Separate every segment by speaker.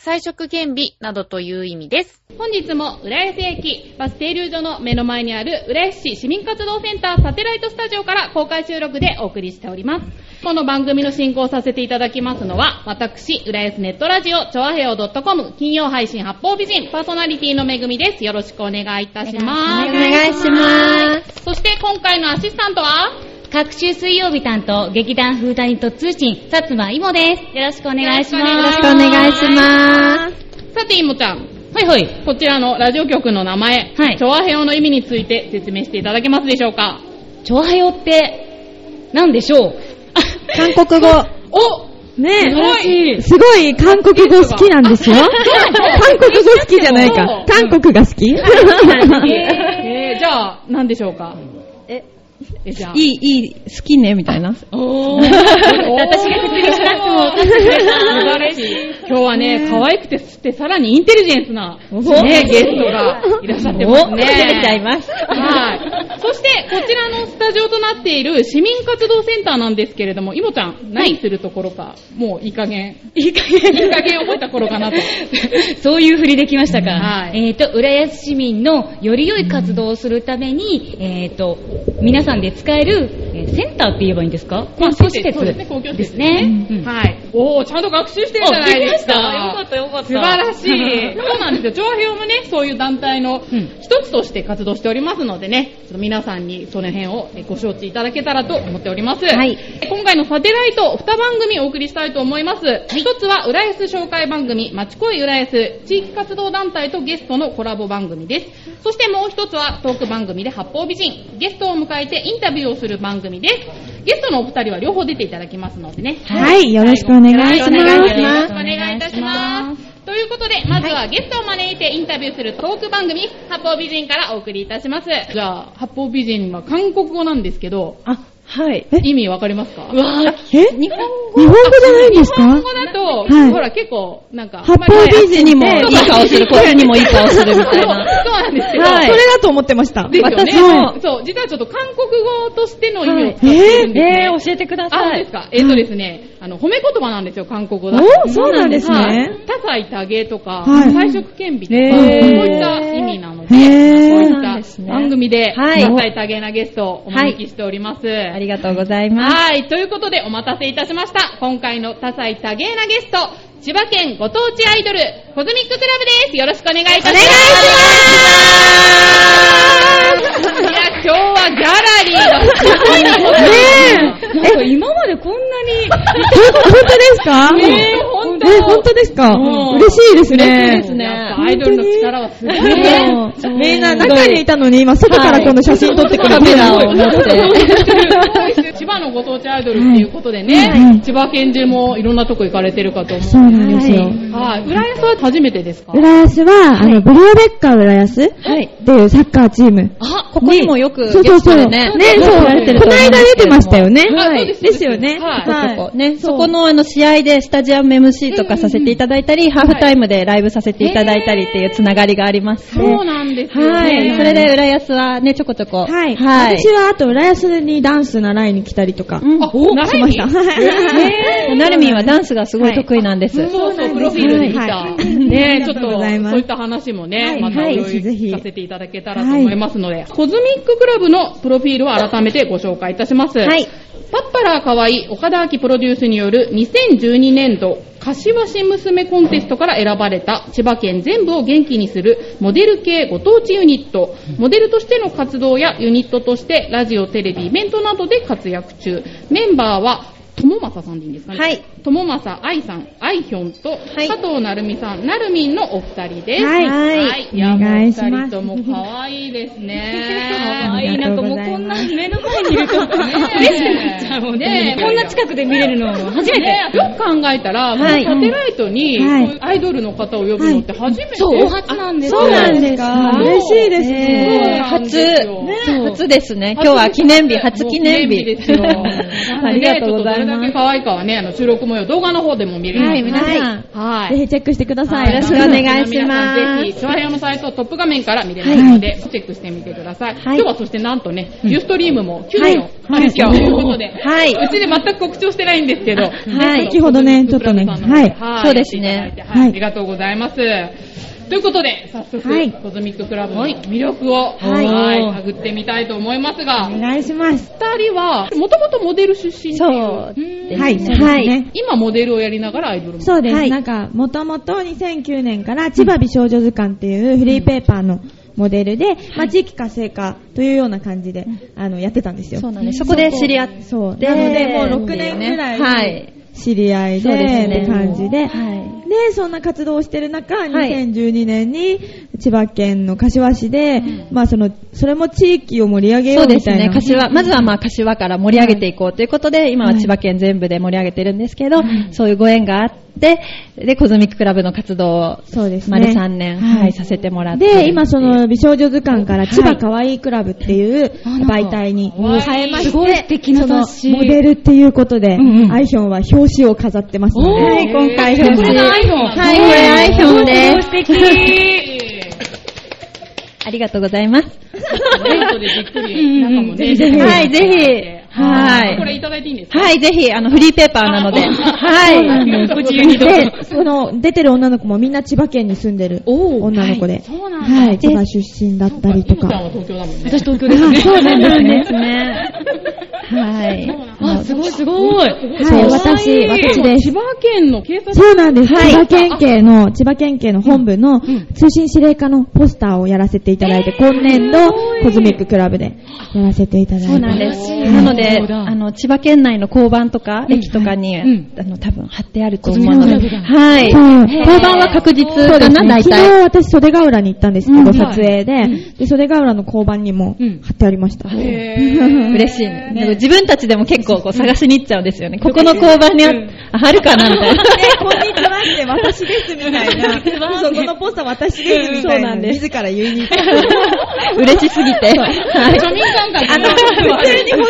Speaker 1: 彩色兼備などという意味です。本日も浦安駅バス停留所の目の前にある浦安市市民活動センターサテライトスタジオから公開収録でお送りしております。この番組の進行をさせていただきますのは、私、浦安ネットラジオ、ちょわへよ .com 金曜配信八方美人パーソナリティのめぐみです。よろしくお願いいたします。
Speaker 2: お願いしま
Speaker 1: そして今回のアシスタントは、
Speaker 2: す。各週水曜日担当、劇団フーダニット通信、薩摩いもです。よろしくお願いします。
Speaker 1: よろしくお願いし
Speaker 2: ます。
Speaker 1: さて、いもちゃん。
Speaker 2: はいはい。
Speaker 1: こちらのラジオ局の名前、
Speaker 2: はい
Speaker 1: チョアヘオの意味について説明していただけますでしょうか
Speaker 2: チョアヘヨって、何でしょう
Speaker 3: 韓国語。
Speaker 1: おす
Speaker 3: ね
Speaker 1: ごい
Speaker 3: すごい韓国語好きなんですよ。 韓国語好きじゃないか
Speaker 1: そう。
Speaker 3: 韓国が好き
Speaker 1: えー、じゃあ、何でしょうか
Speaker 3: え、
Speaker 1: え、じゃあ。
Speaker 3: いい、いい、好きね、みたいな。
Speaker 1: おー。私が説明したつも素晴らしい。今日はね、可愛くて、吸って、さらにインテリジェンスな、ね、ゲストがいらっしゃってますね。
Speaker 3: 出ちゃいます。
Speaker 1: はい。そして、こちらのスタジオとなっている市民活動センターなんですけれども、いもちゃん、何するところか、もういい加減。いい加減。いい加減覚えた頃かなと。
Speaker 2: そういうふりできましたか。
Speaker 1: はい
Speaker 2: えっ、と、浦安市民のより良い活動をするために、えっ、と、皆さんで使える、えーセンターって言えばいいんですか
Speaker 1: まあ
Speaker 2: 公共施設
Speaker 1: そうですね公共施設
Speaker 2: ですね。うん
Speaker 1: はい。おー、ちゃんと学習してるじゃないですか。
Speaker 2: あ聞きましたよかった
Speaker 1: 素晴らし い。そうなんですよ。長平もね、そういう団体の
Speaker 2: うん
Speaker 1: 一つとして活動しておりますのでね、ちょっと皆さんにその辺をえご承知いただけたらと思っております。
Speaker 2: はい
Speaker 1: 今回のサテライト2番組お送りしたいと思います。一つは浦安紹介番組、まちこい浦安地域活動団体とゲストのコラボ番組です。そしてもう一つはトーク番組で八方美人、ゲストを迎えてインタビューをする番組です。ゲストのお二人は両方出ていただきますのでね。
Speaker 3: はい、よろしくお願いし
Speaker 1: よろ
Speaker 3: ま
Speaker 1: しくお
Speaker 3: す。
Speaker 1: 願いいたします。ということで、まずはゲストを招いてインタビューするトーク番組、八方美人からお送りいたします。じゃあ、八方美人は韓国語なんですけど、
Speaker 3: あ、はい。え、
Speaker 1: 意味わかりますかうわ
Speaker 3: え日本語じゃないんです
Speaker 1: 日本
Speaker 3: か
Speaker 1: 語だと、
Speaker 3: はい
Speaker 1: ほら結構、なんか、
Speaker 3: 八方美人にもい
Speaker 1: あんまり
Speaker 3: い顔する、こういうにもいい顔するみたいな。
Speaker 1: そうそうなんですけど、
Speaker 3: それだと思ってました。
Speaker 1: ですよね
Speaker 3: 私も
Speaker 1: そう。そう、実はちょっと韓国語としての意味を使って
Speaker 3: はい
Speaker 1: いるんですね。
Speaker 2: えー教えてくだ
Speaker 1: あ、そう
Speaker 2: さ
Speaker 1: で
Speaker 2: い
Speaker 1: す。か。えっ、とですね、あの、褒め言葉なんですよ、韓国語だと。
Speaker 3: おーそうなんです
Speaker 1: はい
Speaker 3: ね。
Speaker 1: 多彩多芸とか、
Speaker 3: はい
Speaker 1: 彩色兼備とか、
Speaker 3: へー
Speaker 1: そういった意味なので、こう
Speaker 3: へー
Speaker 1: い
Speaker 3: そうなん
Speaker 1: っ
Speaker 3: です
Speaker 1: た
Speaker 3: ね
Speaker 1: 番組で、
Speaker 3: はい
Speaker 1: 多彩多芸なゲストをお招きしております。
Speaker 3: ありがとうございます。
Speaker 1: はい、ということでお待たせいたしました。今回の多彩多芸なゲスト、千葉県ご当地アイドル、コズミッククラブです。よろしくお願いいたします。いや、今日はギャラリーがすごいこと
Speaker 3: ね
Speaker 2: なんか今までこんなに、
Speaker 3: ほん本当ですか
Speaker 1: ねえ本当
Speaker 3: え本当ですか
Speaker 1: ん
Speaker 3: 嬉しいですね。
Speaker 1: やっぱアイドルの力はすごいね。
Speaker 3: ねえみんな中にいたのに、今外からこの写真撮ってくる
Speaker 2: カメラを持って。
Speaker 1: 千 葉のご当地アイドルっていうことでね、千葉県中もいろんなとこ行かれてるかと思
Speaker 3: そうなんですよ。
Speaker 1: う。はい。浦安は初めてですか
Speaker 3: 浦安は、あの、ブルーベッカ浦安っていうサッカーチーム。
Speaker 1: あ、
Speaker 3: ここにもよく、そうそうそう。ね、そう。この間出てましたよね。
Speaker 1: はい。ですよね。
Speaker 4: はい
Speaker 1: は
Speaker 4: ここね、そこのあの試合でスタジアム MC とかさせていただいたり、ハーフタイムでライブさせていただいたりっていうつながりがありま
Speaker 1: い。
Speaker 4: す。
Speaker 1: そうなんですよ
Speaker 4: はい。
Speaker 1: ね。
Speaker 4: それで浦安はね、ちょこちょこ。
Speaker 3: はい。
Speaker 4: はい。
Speaker 3: 私は、あと、浦安にダンス習いに来たりとか。
Speaker 4: うん
Speaker 1: あ、お、習いました。
Speaker 4: ねなるみんはダンスがすごい得意なんです。
Speaker 1: そうそう、プロフィールで見た。ねちょっと、そういった話も
Speaker 3: は
Speaker 1: ね、
Speaker 3: い
Speaker 1: また
Speaker 3: はいい
Speaker 1: ろい
Speaker 3: ぜひ
Speaker 1: ろさせていただけたらと思いますので、コズミッククラブのプロフィールを改めてご紹介いたします。
Speaker 4: はい。
Speaker 1: パッパラーかわいい岡田明プロデュースによる2012年度柏市娘コンテストから選ばれた千葉県全部を元気にするモデル系ご当地ユニット、モデルとしての活動やユニットとしてラジオ、テレビ、イベントなどで活躍中。メンバーは友正さんでいいんですかね。
Speaker 3: はい。
Speaker 1: 友正愛さん、愛ひょんと、
Speaker 3: い
Speaker 1: 加藤なるみさん、なるみんのお二人です。
Speaker 5: はい
Speaker 1: はい。いや、
Speaker 5: お
Speaker 1: もう
Speaker 5: 願
Speaker 1: お
Speaker 5: いしま
Speaker 1: 二人
Speaker 5: す
Speaker 1: とも可愛いです
Speaker 2: かわ
Speaker 1: ね。
Speaker 2: いい。なんかもうこんな目の前にいると、嬉しくなっちゃうもん
Speaker 1: ね
Speaker 2: ね。
Speaker 1: え
Speaker 2: こんな近くで見れるの初め
Speaker 1: ね
Speaker 2: て。
Speaker 1: よく考えたら、もう
Speaker 3: はい
Speaker 1: サテライトに、
Speaker 5: はい
Speaker 1: こういうアイドルの方を呼ぶのって初めて。
Speaker 2: そう、お初なんですよ
Speaker 3: そうなんですか
Speaker 5: 嬉しいです
Speaker 1: そう
Speaker 5: ね。
Speaker 1: なん
Speaker 3: 初、
Speaker 1: ですよ
Speaker 3: ね
Speaker 2: そう
Speaker 3: 初ですね。今日は記念日、初記念
Speaker 1: もう記念日
Speaker 3: 日。
Speaker 1: ですよ
Speaker 3: ありがとうござ
Speaker 1: な
Speaker 3: い
Speaker 1: のでちょっどれ
Speaker 3: ま
Speaker 1: だけ
Speaker 3: す。
Speaker 1: 可愛いかはね、あの、収録模様、動画の方でも見れます。
Speaker 3: はい皆さん
Speaker 1: はい。
Speaker 5: ぜひチェックしてください。
Speaker 3: よろしくお願いします
Speaker 1: 皆さんぜひ、チョアヘヨのサイトトップ画面から見れますので、チェックしてみてください。今日はそしてなんとね、ユーストリームも急
Speaker 3: はい
Speaker 1: 遽あるということで、
Speaker 3: はいう
Speaker 1: ちで全く告知をしてないんですけど、
Speaker 3: はい
Speaker 5: 先ほどねちょっとねはい
Speaker 1: はい、
Speaker 3: そうですね
Speaker 1: やっていただいてはい。
Speaker 5: はい
Speaker 1: ありがとうございます。ということで、早速、
Speaker 5: はい
Speaker 1: コズミッククラブの魅力を、
Speaker 5: はい
Speaker 1: はい探ってみたいと思いますが、
Speaker 5: お願いします。
Speaker 1: 二人は、もともとモデル出身って
Speaker 3: そう
Speaker 1: いう。
Speaker 3: ですね。
Speaker 5: はい、そうですね。
Speaker 1: 今モデルをやりながらアイドルも。
Speaker 5: そうです。
Speaker 3: はい
Speaker 5: なんか、もともと2009年から千葉美少女図鑑っていうフリーペーパーのモデルで、まあ、地域活性化というような感じで、あの、やってたんですよ。
Speaker 3: そうなんです。そこで知り合っ
Speaker 5: そう。
Speaker 3: て。
Speaker 5: なので、もう6年くら
Speaker 3: はいい。
Speaker 5: 知り合いで、
Speaker 3: そうですね
Speaker 5: って感じで、
Speaker 3: は
Speaker 5: で、そんな活動をしてる中、
Speaker 3: い
Speaker 5: 2012年に千葉県の柏市で、まあその、それも地域を盛り上げ
Speaker 3: そ
Speaker 5: よ
Speaker 3: ううで
Speaker 5: み
Speaker 3: す
Speaker 5: たい
Speaker 3: ね。
Speaker 5: な。
Speaker 3: 柏、まずはまあ柏から盛り上げていこうということで、今は千葉県全部で盛り上げてるんですけど、そういうご縁があって、で、コズミッククラブの活動を、
Speaker 5: そうですね
Speaker 3: 丸3年、
Speaker 5: はい
Speaker 3: はい、させてもらってるっていう。
Speaker 5: で、今その美少女図鑑から千葉かわいいクラブっていう媒体に変えまして、
Speaker 2: すごい素敵な雑誌
Speaker 5: そのモデルっていうことで、
Speaker 2: んうん
Speaker 5: アイヒョンは表紙を飾ってますので、
Speaker 2: おー
Speaker 5: はい今回
Speaker 2: こ
Speaker 5: 表
Speaker 2: れ
Speaker 5: 紙。
Speaker 2: がアイドル
Speaker 3: はい、これアイヒョンです。
Speaker 2: すごい素敵。
Speaker 3: ありがとうございます。
Speaker 1: デートでじっくり、中もね、
Speaker 3: はい、ぜひ。は
Speaker 1: これ
Speaker 3: い。
Speaker 1: いただいていいんですか
Speaker 3: はい、ぜひ、あの、フリーペーパーなので。はい。
Speaker 1: ご自由にどうぞ。
Speaker 5: で、その、出てる女の子もみんな千葉県に住んでる女の子で、
Speaker 1: そうなんだ。
Speaker 5: はい、千葉出身だったりと
Speaker 1: 今ちゃん
Speaker 5: か
Speaker 1: は。東京だもんね。
Speaker 2: 私東京ですね。
Speaker 3: そうなんですね。はい。
Speaker 2: あ、すごいすごい。
Speaker 5: はい、私、私です。
Speaker 1: 千葉県の警察
Speaker 5: そうなんです。
Speaker 3: はい
Speaker 5: 千葉県警の、千葉県警の本部の通信指令課のポスターをやらせていただいて、今年度、コズミッククラブでやらせていただいて。
Speaker 3: そうなんです。なので、あの、千葉県内の交番とか、駅とかに、あの、多分貼ってあると思うので。はい。
Speaker 5: そう
Speaker 3: 交番は確実
Speaker 5: そう
Speaker 3: か
Speaker 5: です
Speaker 3: な、
Speaker 5: ね
Speaker 3: 大
Speaker 5: 昨日
Speaker 3: 体。
Speaker 5: 私、袖ヶ浦に行ったんですけど、
Speaker 3: うん
Speaker 5: 撮影で、で、袖ヶ浦の交番にも貼ってありました。
Speaker 3: 嬉しい。なんか自分たちでも結構こう探しに行っちゃうんですよね。ここの交番にああ貼るかな、みたいな。
Speaker 5: こんにちはって、私ですみたいな。 そこのポスター私ですみたいな。自ら言いに行った。
Speaker 3: 嬉しすぎて。はい
Speaker 1: 庶民感覚
Speaker 5: あの、普通に本当に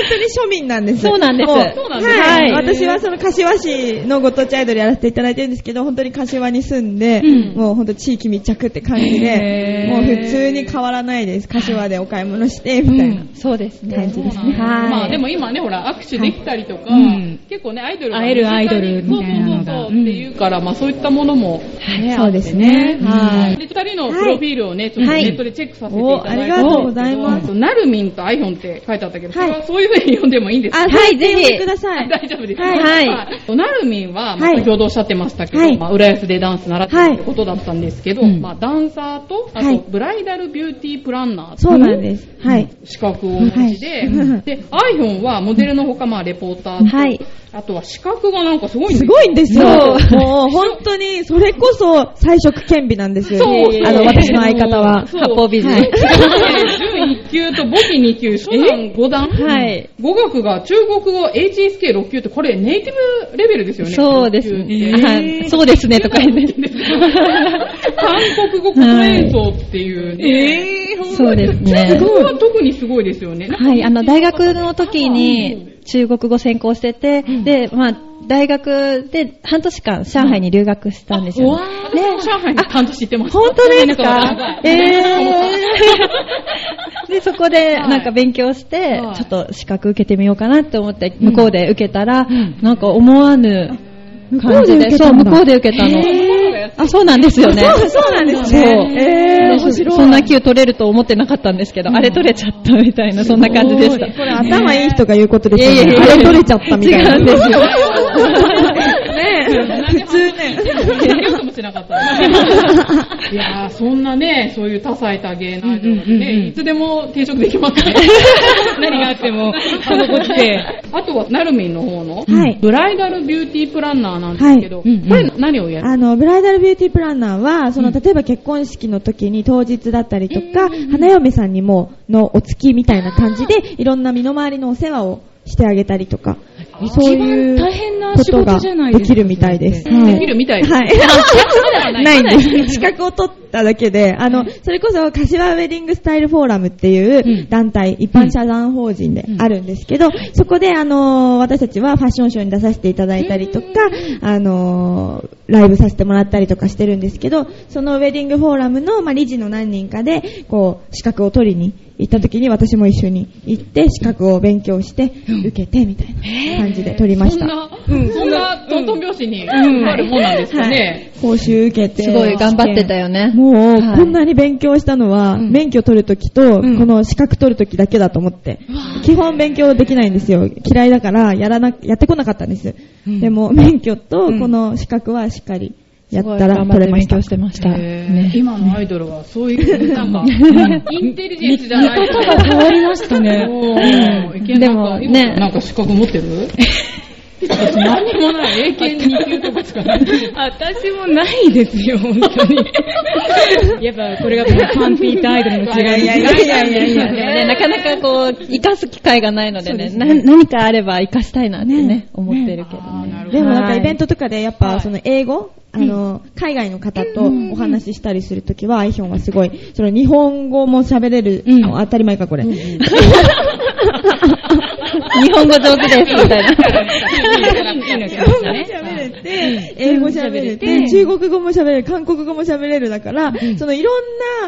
Speaker 5: 庶民なんです。
Speaker 3: そうなんです
Speaker 5: も
Speaker 3: そう
Speaker 1: なんです
Speaker 5: はい。
Speaker 3: はい
Speaker 5: 私はその柏市のご当地アイドルやらせていただいてるんですけど、本当に柏に住んで、もう本当地域密着って感じで、もう普通に変わらないです。柏でお買い物して、みたいな
Speaker 3: そうですね。
Speaker 5: 感じですね。はい
Speaker 1: まあでも今ね、ほら、握手できたりとか、
Speaker 2: ん
Speaker 1: 結構ね、アイドル
Speaker 2: 会えるアイドルみたいな
Speaker 1: そう
Speaker 2: のが
Speaker 1: そうそうっていうから、まあそういったものも、ね、
Speaker 5: そうですね。は
Speaker 1: あっ
Speaker 5: い。
Speaker 1: て。で、二人のプロフィールをね、ちょっとネットでチェックさせていただいて。
Speaker 5: おありがとうございます
Speaker 1: そうなるみんとあいほんって書いてあったけど、そ
Speaker 5: は
Speaker 1: れ
Speaker 5: い
Speaker 1: はそういう風に読んでもいいんですか
Speaker 5: あ、
Speaker 3: はいぜひ
Speaker 5: 呼んでください。
Speaker 1: 大丈夫です。
Speaker 3: はいはい
Speaker 1: い。なるみんは、まあ
Speaker 5: はい
Speaker 1: 先ほどおっしゃってましたけ
Speaker 5: は
Speaker 1: ど、
Speaker 5: い
Speaker 1: まあ、浦安でダンス習ってるってことだったんですけど、
Speaker 2: はいうん
Speaker 1: まあ、ダンサーと、あ
Speaker 5: は
Speaker 1: と
Speaker 5: い、
Speaker 1: ブライダルビューティープランナーっていう
Speaker 5: そうなんです。はい。
Speaker 1: 資格をお持ちで、
Speaker 5: はい
Speaker 1: で、アイヒョンはモデルのほか、まあ、レポーターと、
Speaker 3: はい
Speaker 1: あとは資格がなんかすごいんです
Speaker 5: す
Speaker 1: よ
Speaker 5: ごいんですよ。も
Speaker 3: そう
Speaker 5: う本当に、それこそ、彩色顕微なんですよ。
Speaker 1: そう
Speaker 5: あの、私の相方は。
Speaker 1: そう
Speaker 3: 八方美人。
Speaker 5: はい
Speaker 1: 11級と簿記2級、初段5段。
Speaker 3: はい
Speaker 1: 語学が中国語 HSK6 級って、これネイティブレベルですよね。
Speaker 3: そうです
Speaker 1: 六級って
Speaker 3: ね。はいそうですね、とか言って。
Speaker 1: 韓国語国演奏っていうね。
Speaker 3: そうですね。
Speaker 1: ここは特にすごいですよね。
Speaker 3: はい、あの、大学の時に中国語専攻してて、で、まあ、大学で半年間上海に留学したんですよ、ね。
Speaker 1: ね、上海に担当してます。
Speaker 3: 本当です
Speaker 1: なん
Speaker 3: か
Speaker 1: か
Speaker 3: えー、 で、そこで
Speaker 1: はい
Speaker 3: なんか勉強して
Speaker 1: はい、
Speaker 3: ちょっと資格受けてみようかなって思って、向こうで受けたら、なんか思わぬ感じで、そう、向こうで受けたの。あ、 そうなんですよね。
Speaker 5: そうそうなんですね。
Speaker 3: そう
Speaker 5: えー、面白い。
Speaker 3: そんな級取れると思ってなかったんですけど、あれ取れちゃったみたいな、そんな感じでした。
Speaker 5: これ頭 いい人が言うことです
Speaker 3: いやい
Speaker 5: よ
Speaker 3: やい
Speaker 5: ね。
Speaker 3: や
Speaker 5: あれ取れちゃったみたいな。
Speaker 3: 違うんですよ。
Speaker 1: なんか
Speaker 5: 普通ね。
Speaker 1: よくもしなかった です。いやー、そんなね、そういう多彩多芸なアイドルで
Speaker 2: うんうんうんうん
Speaker 1: ね、いつでも転職できますね。
Speaker 2: 何があっても、この子って。
Speaker 1: あとは、なるみんの方の、
Speaker 5: はい
Speaker 1: ブライダルビューティープランナーなんですけど、
Speaker 2: はいうんうん
Speaker 1: これ何をやる
Speaker 5: あの、ブライダルビューティープランナーは、その、
Speaker 2: うん
Speaker 5: 例えば結婚式の時に当日だったりとか、花嫁さんにも、のお付きみたいな感じで、いろんな身の回りのお世話をしてあげたりとか、そういう
Speaker 2: 一番大変な
Speaker 5: こ
Speaker 2: 仕
Speaker 5: と
Speaker 2: 事
Speaker 5: が
Speaker 2: じゃないですか
Speaker 5: できるみたいです。
Speaker 2: それ
Speaker 5: は
Speaker 1: で
Speaker 5: い
Speaker 1: きるみたいです。
Speaker 5: はい。
Speaker 1: ない
Speaker 5: ないんです。 資格を取っただけで、あの、それこそ、柏ウェディングスタイルフォーラムっていう
Speaker 2: うん
Speaker 5: 団体、一般社団法人であるんですけど、そこで、あの、私たちはファッションショーに出させていただいたりとか、あの、ライブさせてもらったりとかしてるんですけど、そのウェディングフォーラムの、まあ、理事の何人かで、こう、資格を取りに行った時に、私も一緒に行って、資格を勉強して、受けて、みたいな感じで取りまし
Speaker 1: そん
Speaker 5: た。
Speaker 1: な、そんな、トントン拍子になるもんなんですかね。
Speaker 5: 講習受けて。
Speaker 3: すごい頑張ってたよね。
Speaker 5: もう、
Speaker 3: はい
Speaker 5: こんなに勉強したのは、
Speaker 3: うん
Speaker 5: 免許取るときと、
Speaker 3: ん
Speaker 5: この資格取るときだけだと思って、基本勉強できないんですよ。嫌いだから、やらな、やってこなかったんです。
Speaker 3: うん
Speaker 5: でも、免許と、
Speaker 3: うん
Speaker 5: この資格はしっかりやっ
Speaker 3: すごい
Speaker 5: たら
Speaker 3: 頑張っ
Speaker 5: 取れ
Speaker 3: て
Speaker 5: ま
Speaker 3: 勉
Speaker 5: した
Speaker 3: 強。してました。
Speaker 1: へー
Speaker 3: ね。
Speaker 1: 今のアイドルはそういう、なん か、インテリジェンスじゃない
Speaker 2: 方が変わりましたね。
Speaker 1: おー
Speaker 3: でもね
Speaker 1: なんか資格持ってる私何にもない。英検2級とかしかない。
Speaker 2: 私もないですよ、本当に。やっぱこれがこのパンピーとアイドルの違いです。
Speaker 5: いやいやいやいやいや
Speaker 3: ねなかなかこう、活かす機会がないのでね、な何かあれば活かしたいなってね、思ってるけど
Speaker 1: あーな
Speaker 3: ね。
Speaker 1: るほ
Speaker 5: で
Speaker 1: ど
Speaker 5: も、なん
Speaker 3: は
Speaker 5: か
Speaker 3: い
Speaker 5: イベントとかで、やっぱ、その英語、あの、海外の方とお話ししたりするときは、アイヒョンはすごい、その日本語も喋れる、
Speaker 3: うん
Speaker 5: あ当たり前か、これ。
Speaker 3: 日本語上手です、み たいな。
Speaker 5: 喋れて、英語喋れて、中国語も喋れる、韓国語も喋れるだから、そのいろ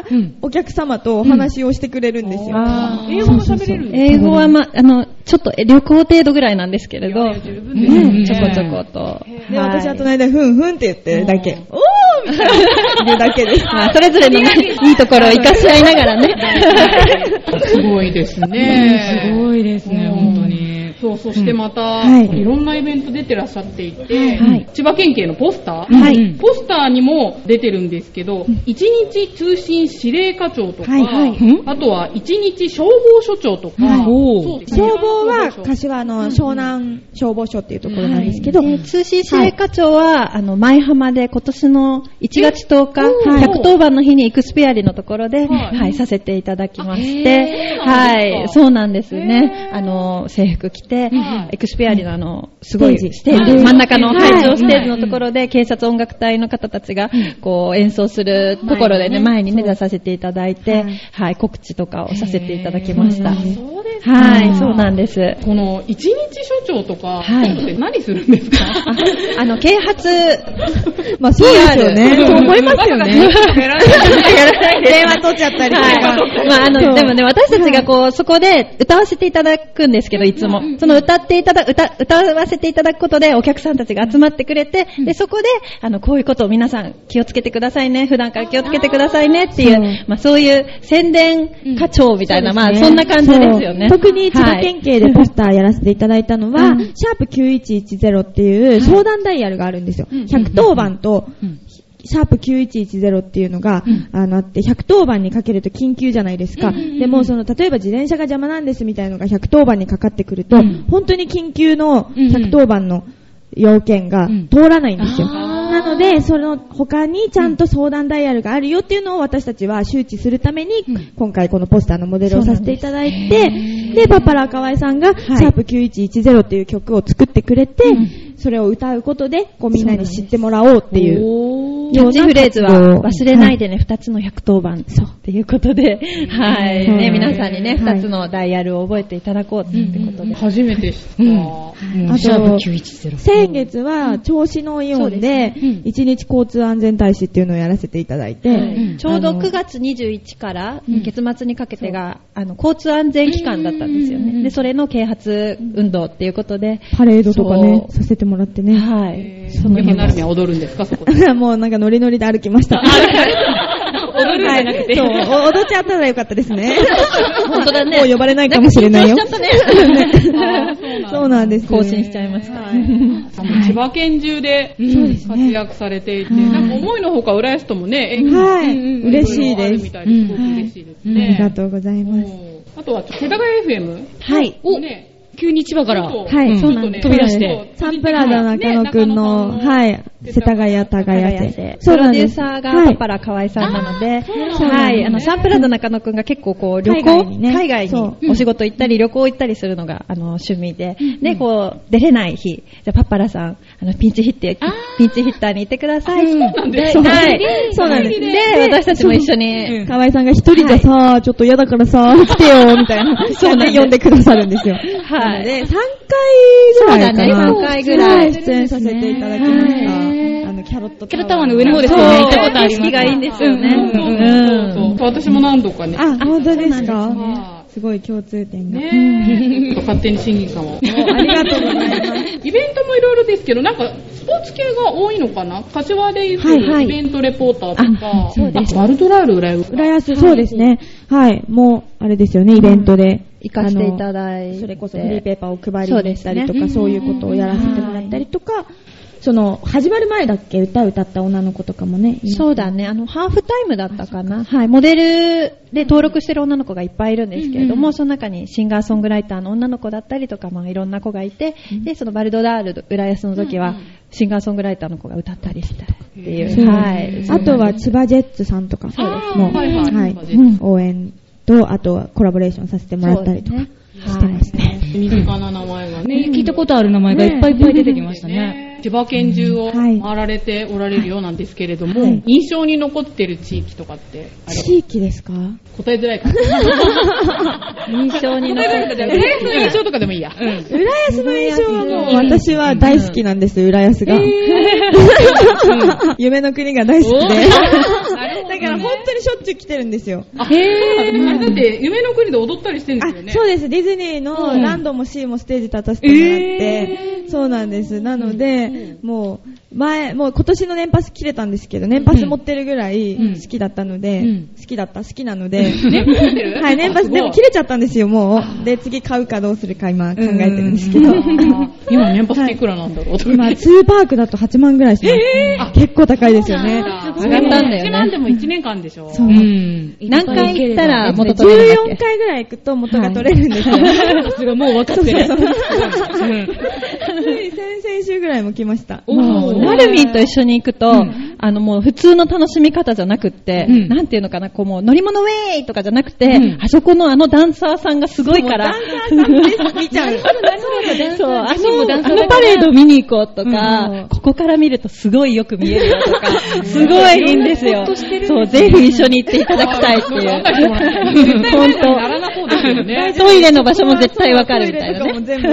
Speaker 3: うん
Speaker 5: なんお客様とお話をしてくれるんですよ。
Speaker 3: あー
Speaker 1: 英語も喋れるんです
Speaker 3: 英語はま、あの、ちょっとえ旅行程度ぐらいなんですけれど、
Speaker 1: や十分です
Speaker 3: ねちょこちょこと。
Speaker 5: で、
Speaker 3: はい
Speaker 5: 私は隣で、ふんふんって言ってるだけ。おーみたいな。言うだけです。
Speaker 3: まあ、それぞれのね、いいところを活かし合いながらね。
Speaker 1: すごいですね。
Speaker 2: すごいですね、本当に。
Speaker 1: に。そう、そしてまた、
Speaker 5: はい
Speaker 1: い、ろんなイベント出てらっしゃっていて、
Speaker 3: はい
Speaker 1: 千葉県警のポスター、
Speaker 3: はい
Speaker 2: うん
Speaker 1: ポスターにも出てるんですけど、一日通信指令課長とか、
Speaker 5: はいはい
Speaker 2: うん
Speaker 1: あとは一日消防署長とか、
Speaker 5: はい
Speaker 1: そう
Speaker 5: 消防は、
Speaker 1: 消防署
Speaker 5: 柏の湘南消防署っていうところなんですけど、
Speaker 3: で通信指令課長は、あの、舞浜で今年の1月10日、
Speaker 1: えはい
Speaker 3: 110番の日にエクスペアリのところで、
Speaker 1: は
Speaker 3: はいい、させていただきまし
Speaker 1: へ
Speaker 3: て、
Speaker 1: ー
Speaker 3: は
Speaker 1: そうなんで
Speaker 3: い、
Speaker 1: すか
Speaker 3: そうなんですね。あの、制服着て、
Speaker 1: はい
Speaker 3: エクスペアリのあの、すごい
Speaker 5: ステージ
Speaker 3: ステー
Speaker 1: は
Speaker 3: ジ、
Speaker 1: い
Speaker 3: 真ん中の
Speaker 1: はい
Speaker 3: 会場ステージのところで、警察音楽隊の方たちが、こう、演奏するところでね、前にね、出させていただいて、はい、告知とかをさせていただきました。
Speaker 1: そうですか
Speaker 3: はい、そうなんです。
Speaker 1: この一日署長とか、
Speaker 3: はい
Speaker 1: そういうのって何するんですか
Speaker 3: あ あの、啓 発、
Speaker 5: まあそうですよね。
Speaker 3: PR
Speaker 5: そう思いますよ ね。
Speaker 3: 電
Speaker 5: 電話取っちゃったりとか。
Speaker 3: はい。まあ、あ
Speaker 5: そう
Speaker 3: の、でもね、私たちがこう、そこで歌わせていただくんですけど、いつも。その歌っていただ、歌、歌わせていただくことで、お客さんたちが集まってくれて、で、そこで、あの、こういうことを皆さん気をつけてくださいね、普段から気をつけてくださいねってい
Speaker 5: そう
Speaker 3: う、まあ、そういう宣伝課長みたいな、まあ、そんな感じですよね。
Speaker 5: そう特に千葉
Speaker 3: は
Speaker 5: 県
Speaker 3: い
Speaker 5: 警でポスターやらせていただいたのは、
Speaker 3: うん
Speaker 5: シャープ9110っていう相談ダイヤルがあるんですよ。110番と、シャープ9110っていうのが、あのあって、110番にかけると緊急じゃないですか。でも、その、例えば自転車が邪魔なんですみたいのが110番にかかってくると、
Speaker 2: うん
Speaker 5: 本当に緊急の
Speaker 2: うんうん
Speaker 5: 110番の要件が
Speaker 2: うん
Speaker 5: 通らないんですよ。なので、その他にちゃんと相談ダイヤルがあるよっていうのを私たちは周知するために、今回このポスターのモデルをさせていただいて、で、パパラカワイさんが、シャープ9110っていう曲を作ってくれて、それを歌うことで、こうみんなに知ってもらおうっていう。
Speaker 3: キャッチフレーズは、忘れないでね、二つの110番。っていうことで、はい。
Speaker 5: そうなんで
Speaker 3: ね、
Speaker 5: す
Speaker 3: 皆さんにね、
Speaker 5: はい
Speaker 3: 二つのダイヤルを覚えていただこうってことで。
Speaker 1: 初めて知った。
Speaker 5: あと、先月は、調子のイオンで、一日交通安全大使っていうのをやらせていただいて、
Speaker 3: ちょうど9月21から月末にかけてが、あの、交通安全期間だったんですよね。で、それの啓発運動っていうことで、
Speaker 5: パレードとかね、
Speaker 3: そ
Speaker 5: させてもらって
Speaker 3: う
Speaker 5: ね。
Speaker 3: はい。
Speaker 1: そのなるみは踊るんですか、そこで。
Speaker 5: もうなんかノリノリで歩きました。
Speaker 2: 踊るんじゃなくて。
Speaker 5: そう、お踊っちゃったらよかったですね。
Speaker 3: 本当だね。
Speaker 5: もう呼ばれないかもしれないよ
Speaker 3: 緊張。しちゃったね。
Speaker 5: そうなんです。
Speaker 3: 更新しちゃいました。
Speaker 1: あの千葉県中で活躍されていて、
Speaker 5: はい
Speaker 1: なんか思いのほか浦安ともね、演
Speaker 5: はい
Speaker 1: うんうん
Speaker 5: 嬉しい
Speaker 1: ろろ
Speaker 5: です
Speaker 1: あるみたいですごく嬉しいです
Speaker 5: ありが
Speaker 1: ね。
Speaker 5: とうございます。
Speaker 1: うんあとは、世田谷 FM。
Speaker 5: はい。
Speaker 2: お
Speaker 1: ね、
Speaker 2: 急に千葉から。
Speaker 1: そう
Speaker 5: はい、
Speaker 1: ちょっと
Speaker 5: そうなんです。
Speaker 2: 飛び出して
Speaker 5: サンプラザ中野くんの、
Speaker 1: ね
Speaker 5: はい、世田谷、高谷で。
Speaker 3: プ
Speaker 5: な
Speaker 3: ロ
Speaker 5: ん
Speaker 3: デュ
Speaker 5: で
Speaker 3: ー
Speaker 5: す
Speaker 3: サー
Speaker 5: は
Speaker 3: が
Speaker 5: い
Speaker 3: パパラ河合さんなので、
Speaker 5: そうなんですね
Speaker 3: はい、あの、サンプラザ中野くんが結構こう、旅
Speaker 5: 海外
Speaker 3: 行
Speaker 5: に、ね
Speaker 3: 海外
Speaker 5: そ
Speaker 3: にお仕事行ったり、旅行行ったりするのが、あの、趣味で、で、こう、出れない日、じゃあパパラさん、あの、ピンチヒッター、ピンチヒッターに行ってください。そうなん
Speaker 1: です
Speaker 3: はい。
Speaker 5: そうなんです
Speaker 3: で、私たちも一緒に、
Speaker 5: 河合さんが一人でさ、ちょっと嫌だからさ、来てよ、みたいな。そうで呼んでくださるんですよ。
Speaker 3: は
Speaker 5: ないの。で、3
Speaker 3: そ
Speaker 5: 回ぐらいかな。
Speaker 3: うだね三回ぐらい
Speaker 5: は出演させていただきました。あの、キャロット
Speaker 2: キャロタワーの上の方ですよ
Speaker 3: そう
Speaker 2: ね。行ったことあります。
Speaker 3: 景色がいいんですよ
Speaker 1: そう
Speaker 3: ね。
Speaker 1: そうそうそう私も何度かね。
Speaker 5: あ、本当です
Speaker 1: は
Speaker 5: かすごい共通点が。
Speaker 1: ねえ、勝手に審議 官を。
Speaker 5: ありがとうございます。
Speaker 1: イベントもいろいろですけど、なんかスポーツ系が多いのかな柏でいう
Speaker 5: はいはい
Speaker 1: イベントレポーターとか
Speaker 3: あ、そうです
Speaker 1: あワルドラール浦安。
Speaker 5: 浦安、そうですね。はい。もう、あれですよね、イベントで。
Speaker 3: 行かせていただい
Speaker 5: あ
Speaker 3: て。
Speaker 5: のそれこそフリーペーパーを配り
Speaker 3: そう
Speaker 5: に
Speaker 3: で
Speaker 5: 行っ
Speaker 3: す
Speaker 5: た
Speaker 3: ね
Speaker 5: りとか、そういうことをやらせてもらったりとか、その、始まる前だっけ、歌歌った女の子とかもね。
Speaker 3: そうだね、あの、ハーフタイムだったかな。はい、モデルで登録してる女の子がいっぱいいるんですけれども、その中にシンガーソングライターの女の子だったりとか、まあいろんな子がいて、で、そのバルドダール浦安の時は、シンガーソングライターの子が歌ったりしたっていう。はい。
Speaker 5: あとは、千葉ジェッツさんとかも、
Speaker 1: あーはいはい
Speaker 5: はい
Speaker 1: 千葉ジェッ
Speaker 5: 応援と、あとはコラボレーションさせてもらったりとかしてますね。
Speaker 1: 身近な名前がね。
Speaker 2: 聞いたことある名前がいっぱいいっぱい出てきましたね。
Speaker 1: 千葉県中を
Speaker 5: は
Speaker 1: 回
Speaker 5: い
Speaker 1: られておられるようなんですけれども、
Speaker 5: はい
Speaker 1: 印象に残ってる地域とかってあれ
Speaker 5: 地域ですか
Speaker 1: 答えづらいかな
Speaker 3: 印象に残っ
Speaker 1: 浦
Speaker 3: てる。
Speaker 1: 安の印象とかでもいいや。
Speaker 5: 浦安の印象はもう、私は大好きなんです、浦安が。夢の国が大好 きで。だから本当にしょっちゅう来てるんですよ。
Speaker 1: あ、へぇだって、夢の国で踊ったりしてるんですよね。
Speaker 5: あそうですディズニーのランドもシーもステージ立たせてもらって、そうなんですなので、もう前もう今年の年パス切れたんですけど年パス持ってるぐらい好きだったので、好きだった好きなので、
Speaker 1: ね持ってる
Speaker 5: はい年パ
Speaker 1: あす
Speaker 5: ス
Speaker 1: ごい
Speaker 5: でも切れちゃったんですよもうで次買うかどうするか今考えてるんですけど
Speaker 1: 今、年パスっていくらなんだろうと
Speaker 5: 今2パークだと8万ぐらいします、結構高いですよ
Speaker 1: 上
Speaker 5: ね
Speaker 3: がったんだよね
Speaker 1: 1万でも1年間でしょ。
Speaker 5: そう
Speaker 2: うん。
Speaker 3: 何回行ったら元取れるんだっ
Speaker 5: 14
Speaker 3: け
Speaker 5: 回ぐらい行くと元が取れるんですよ、
Speaker 2: さすがもう分かってる。
Speaker 5: つい先々週ぐらいも来ました。
Speaker 3: もうなるみんと一緒に行くと、あのもう普通の楽しみ方じゃなくって、
Speaker 2: うん
Speaker 3: なんていうのかな、こうもう乗り物ウェーイとかじゃなくて、あそこのあのダンサーさんがすごいから、
Speaker 5: 見ちゃう。
Speaker 3: そう、あ
Speaker 2: 女子もダンサ
Speaker 3: の、あ
Speaker 2: ーだから
Speaker 3: のパレード見に行こうと
Speaker 5: うん
Speaker 3: か、ここから見るとすごいよく見えるよとか、すごいいいんですよ。そう、ぜひ一緒に行っていただきたいっていう。本
Speaker 1: ならなそうですよね。
Speaker 3: 当。トイレの場所も絶対わかるみたいな
Speaker 5: ト
Speaker 3: ね。
Speaker 5: イレとかも全部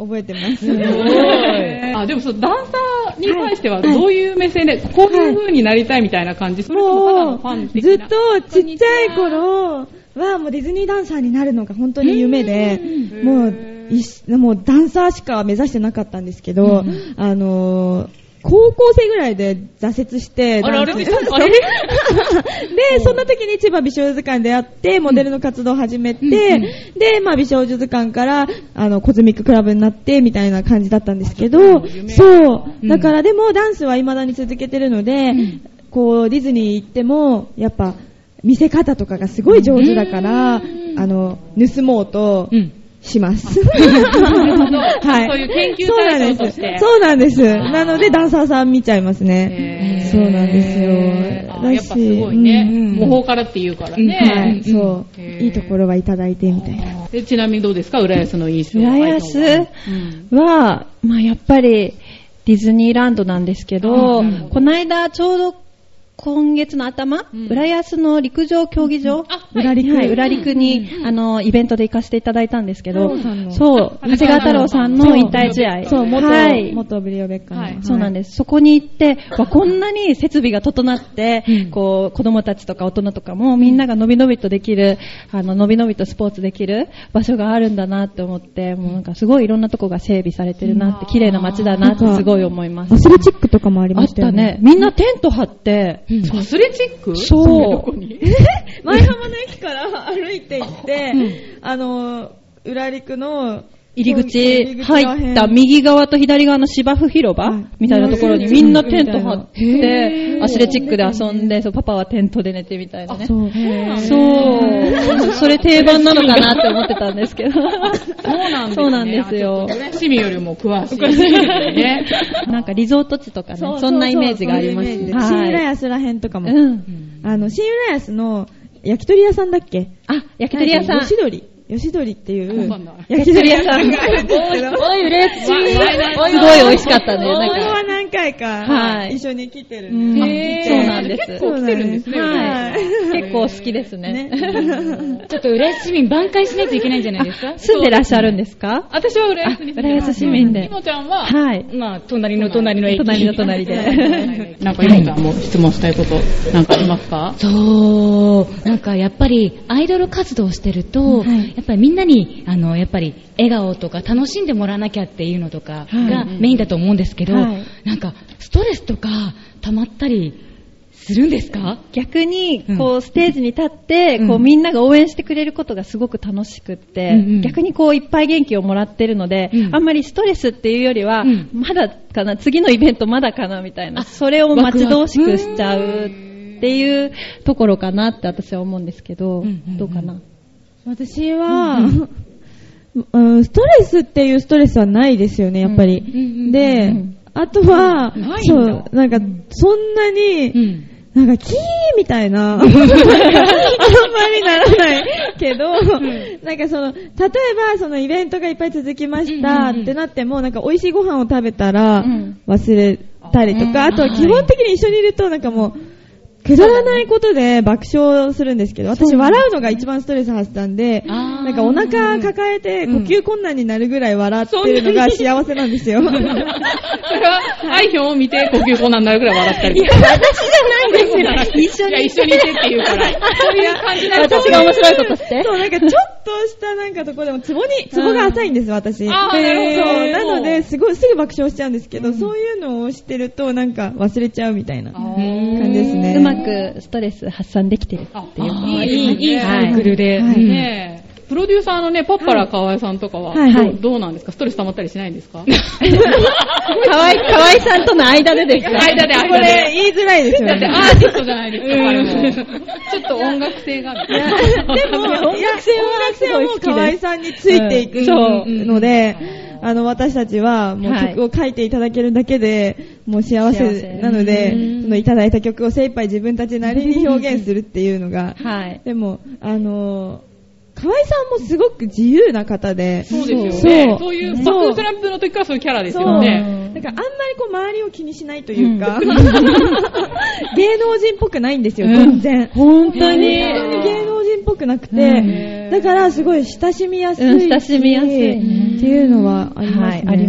Speaker 5: 覚えて ます。
Speaker 1: あ、でもそう、ダンサーに対してはどういう目線で、こういう風になりたいみたいな感じ、それともただのファ
Speaker 5: も
Speaker 1: ン
Speaker 5: う、
Speaker 1: 的
Speaker 5: ず
Speaker 1: な
Speaker 5: っとちっちゃい頃はもうディズニーダンサーになるのが本当に夢で、もう、いしもうダンサーしか目指してなかったんですけど、あのー高校生ぐらいで挫折して、
Speaker 1: あれあれ
Speaker 5: ダン ス
Speaker 1: あれ
Speaker 5: で、そんな時に千葉美少女図鑑で会って、モデルの活動を始めて、で、まあ美少女図鑑から、あの、コズミッククラブになって、みたいな感じだったんですけど、そう。だからでも、ダンスは未だに続けてるので、こう、ディズニー行っても、やっぱ、見せ方とかがすごい上手だから、あの、盗もうと、します。は
Speaker 1: そういう研究対象として
Speaker 5: そうなんです。そうなんです。なので、ダンサーさん見ちゃいますね。
Speaker 1: へー
Speaker 5: そうなんですよ。
Speaker 1: あやっぱすごいね。模倣からって言うから
Speaker 5: は
Speaker 1: ね
Speaker 5: い、。そう。
Speaker 1: へー
Speaker 5: いいところはいただいてみたいな。
Speaker 1: でちなみにどうですか浦安の印象
Speaker 3: 浦
Speaker 1: アイドル
Speaker 3: 安
Speaker 1: はうん
Speaker 3: は、まあやっぱりディズニーランドなんですけど、この間ちょうど今月の頭、浦安の陸上競技場、
Speaker 5: 裏陸
Speaker 3: はい、裏陸に、あの、イベントで行かせていただいたんですけど
Speaker 5: 太郎さん、の
Speaker 3: そう、長谷川太郎さんの引退試合。
Speaker 5: そう、元、
Speaker 3: はい。
Speaker 5: 元ブリオベッカの。
Speaker 3: そうなん
Speaker 5: で
Speaker 3: です。そこに行って、わこんなに設備が整って、こう、子供たちとか大人とかもみんながのびのびとできる、あの、のびのびとスポーツできる場所があるんだなって思って、もうなんかすごいいろんなとこが整備されてるなって、綺麗な街だなってすごい思います
Speaker 5: ア。スレチックとかもありま
Speaker 3: あっ
Speaker 5: したよ
Speaker 3: た
Speaker 5: ね
Speaker 3: ね。。みんなテント張って、
Speaker 2: うん
Speaker 1: アスレチック
Speaker 3: そう
Speaker 1: どこに
Speaker 5: 前浜の駅から歩いて行って、あの、裏陸の
Speaker 3: 入り
Speaker 5: 入
Speaker 3: 口
Speaker 5: りらへん
Speaker 3: 入った右側と左側の芝生広場
Speaker 5: はい
Speaker 3: みたいなところに
Speaker 5: うん
Speaker 3: みんなテント張っ
Speaker 2: へ
Speaker 3: て、アスレチックで遊んで、そうパパはテントで寝てみたいなね。
Speaker 5: そう。
Speaker 3: そう。それ定番なのかなって思ってたんですけど。
Speaker 1: そうなんですね。
Speaker 3: そうなんですよ
Speaker 1: あちょっとね。趣味よりも詳しいですね。
Speaker 3: なんかリゾート地とかね、そんなイメージがあります
Speaker 5: そういうイ
Speaker 3: ね。
Speaker 5: メージ新浦
Speaker 3: はい
Speaker 5: 安らへんとかも。
Speaker 3: うん。
Speaker 5: あの、新浦安の焼き鳥屋さんだっけ
Speaker 3: あ、焼き鳥屋さん。
Speaker 5: 吉鳥。吉鳥ってい
Speaker 1: わか
Speaker 5: うん
Speaker 1: ない、
Speaker 5: 焼き鳥屋さんがあるんですけど、
Speaker 3: おい、嬉しい。す
Speaker 1: わ
Speaker 3: ごい美味しかったね。
Speaker 5: 応援
Speaker 3: なんか。
Speaker 5: は何回か、
Speaker 3: はい
Speaker 5: 一緒に来てる
Speaker 3: うんんあ
Speaker 5: です
Speaker 3: そうなんです
Speaker 1: 結。構来てるんですね。
Speaker 5: そうなんで
Speaker 1: お
Speaker 5: す
Speaker 1: 姉さん
Speaker 3: 結構好きですね。
Speaker 5: ね。
Speaker 2: ちょっと浦安市民挽回しないといけないんじゃないですか
Speaker 3: 住んでらっしゃるんですか
Speaker 1: 私は浦安に住んでます。
Speaker 3: あ浦安市民で
Speaker 1: ひもちゃんは、
Speaker 3: はい。
Speaker 2: まあ、隣の隣の駅。
Speaker 3: 隣の隣で。
Speaker 1: なんかひもちゃんも質問したいことなんかあります か
Speaker 2: そう、なんかやっぱりアイドル活動してると、
Speaker 5: はい
Speaker 2: やっぱりみんなに、あの、やっぱり笑顔とか楽しんでもらわなきゃっていうのとかがメインだと思うんですけど、
Speaker 5: はい
Speaker 2: なんかストレスとか溜まったりするんですか
Speaker 3: 逆に
Speaker 2: うん、
Speaker 3: こう、ステージに立って、
Speaker 2: うん
Speaker 3: こう、みんなが応援してくれることがすごく楽しくっ
Speaker 2: うん
Speaker 3: て
Speaker 2: うん、
Speaker 3: 逆にこう、いっぱい元気をもらってるので
Speaker 2: う、ん
Speaker 3: あんまりストレスっていうよりは
Speaker 2: うん、
Speaker 3: まだかな、次のイベントまだかな、みたい
Speaker 2: あ
Speaker 3: な、それを待ち遠し
Speaker 2: ワクワ
Speaker 3: く
Speaker 2: ク
Speaker 3: しちゃうっていうところかなって私は思うんですけ
Speaker 2: うん
Speaker 3: ど
Speaker 2: うんうん、
Speaker 3: どうかな。
Speaker 5: 私は、うんストレスっていうストレスはないですよね、やっぱり。で、あとは、
Speaker 1: ないんだ
Speaker 5: そう、なんか、そんなに、
Speaker 2: うん
Speaker 5: なんか、キーみたいな、あんまりならないけど、なんかその、例えば、そのイベントがいっぱい続きましたってなっても、なんか美味しいご飯を食べたら
Speaker 3: ん
Speaker 5: 忘れたりとか、あとは基本的に一緒にいると、なんかもう、くだらないことで爆笑するんですけど、私笑うのが一番ストレス発散で、
Speaker 2: あー
Speaker 5: なんかお腹抱えて呼吸困難になるぐらい笑ってるのが幸せなん ですよ。
Speaker 1: それは、アイヒョンを見て呼吸困難になるくらい笑ったり。いや、私じゃないんですよ。一緒に。いや、一緒にいてって言うから。そういう感じなん
Speaker 3: 私が面白いことして。
Speaker 5: そう、なんかちょっとしたなんかとこでも、ツボに、ツボが浅いんです、私。
Speaker 1: あーなるほど
Speaker 5: そうなので、すごい、すぐ爆笑しちゃうんですけど、そういうのをしてると、なんか忘れちゃうみたいな感じですね。
Speaker 3: うまくストレス発散できてるっていう。
Speaker 1: あ
Speaker 2: いい、いいサイクルで。
Speaker 5: はい
Speaker 2: うん
Speaker 1: ねえ。プロデューサーのね、パッパラ河合さんとかは、
Speaker 5: はい
Speaker 1: どう
Speaker 5: はい
Speaker 1: どうなんですかストレス溜まったりしないんですか
Speaker 3: 河合、河合さんとの間でですね。
Speaker 1: 間で、
Speaker 5: こ
Speaker 1: 間
Speaker 5: れ
Speaker 1: で。、
Speaker 5: 言いづらいですよ
Speaker 1: だって
Speaker 5: ね。
Speaker 1: アーティストじゃないですか彼も、ちょっと音楽性がある。
Speaker 5: でも、いや音楽性はもう河合さんについていく
Speaker 3: うんそう
Speaker 5: ので、あの、私たちはもう
Speaker 3: はい
Speaker 5: 曲を書いていただけるだけで、もう幸せなので、そのいただいた曲を精一杯自分たちなりに表現するっていうのが、
Speaker 3: はい。
Speaker 5: でも、あのー、河合さんもすごく自由な方で、
Speaker 1: そうですよね。そういう、バッ
Speaker 5: そ
Speaker 1: ク
Speaker 5: う
Speaker 1: トランプの時からそういうキャラです
Speaker 5: そ
Speaker 1: よ
Speaker 5: う。
Speaker 1: ね。
Speaker 5: だからあんまりこう周りを気にしないという か、芸能人っぽくないんですよ、全然。
Speaker 3: 本当に。
Speaker 5: 本当に芸能人っぽくなくて、だからすごい親しみやすいし。
Speaker 3: うん親しみやすい
Speaker 5: っていうのはあり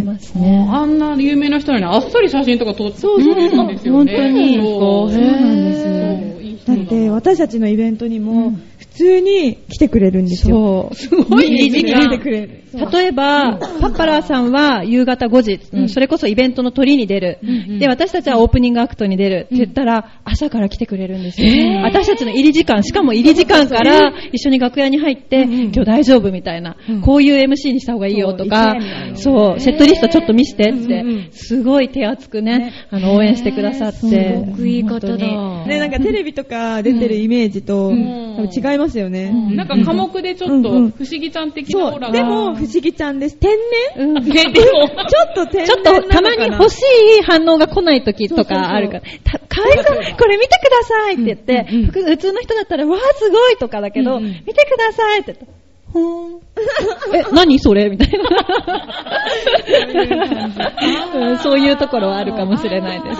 Speaker 5: ます
Speaker 3: す
Speaker 5: ね。
Speaker 3: ね。
Speaker 1: あんな有名な人なのにあっさり写真とか撮ってそうなんですよね。
Speaker 3: 本
Speaker 1: そう
Speaker 3: 当に
Speaker 1: そういい人
Speaker 5: だ
Speaker 1: だな
Speaker 5: って私たちのイベントにも普通に来てくれるんです
Speaker 3: そ
Speaker 5: よ。
Speaker 3: う。す
Speaker 1: ごいね
Speaker 5: 来てくれる。
Speaker 3: 例えば、パッパラーさんは夕方5時、それこそイベントの鳥に出る、で、私たちはオープニングアクトに出るって言ったら、朝から来てくれるんですよ、私たちの入り時間、しかも入り時間から一緒に楽屋に入って、今日大丈夫みたいな、こういう MC にした方がいいよとか、そう、セットリストちょっと見してって、すごい手厚くね、あの、応援してくださって。す
Speaker 2: ごくいい方だ
Speaker 5: ね、なんかテレビとか出てるイメージと、多分違いますよね。
Speaker 1: なんか科目でちょっと
Speaker 5: うんうん
Speaker 1: 不思議ちゃん的なオ
Speaker 5: そ
Speaker 1: ー
Speaker 5: う、
Speaker 1: ラ
Speaker 5: でも
Speaker 1: が。
Speaker 5: 不思議ちゃんです。天
Speaker 3: う
Speaker 5: 然、
Speaker 3: ん
Speaker 1: ねでも
Speaker 5: ちょっと天然
Speaker 3: ちょっとたまに欲
Speaker 5: し
Speaker 3: しい反応が来ない時とかあるから、たかわいさん、これ見てくださいって言って、ふく普通の人だったら、わーすごいとかだけど、見てくださいって言って、ほーん。え、何それみたいな。うん そういうところはあるかもしれないで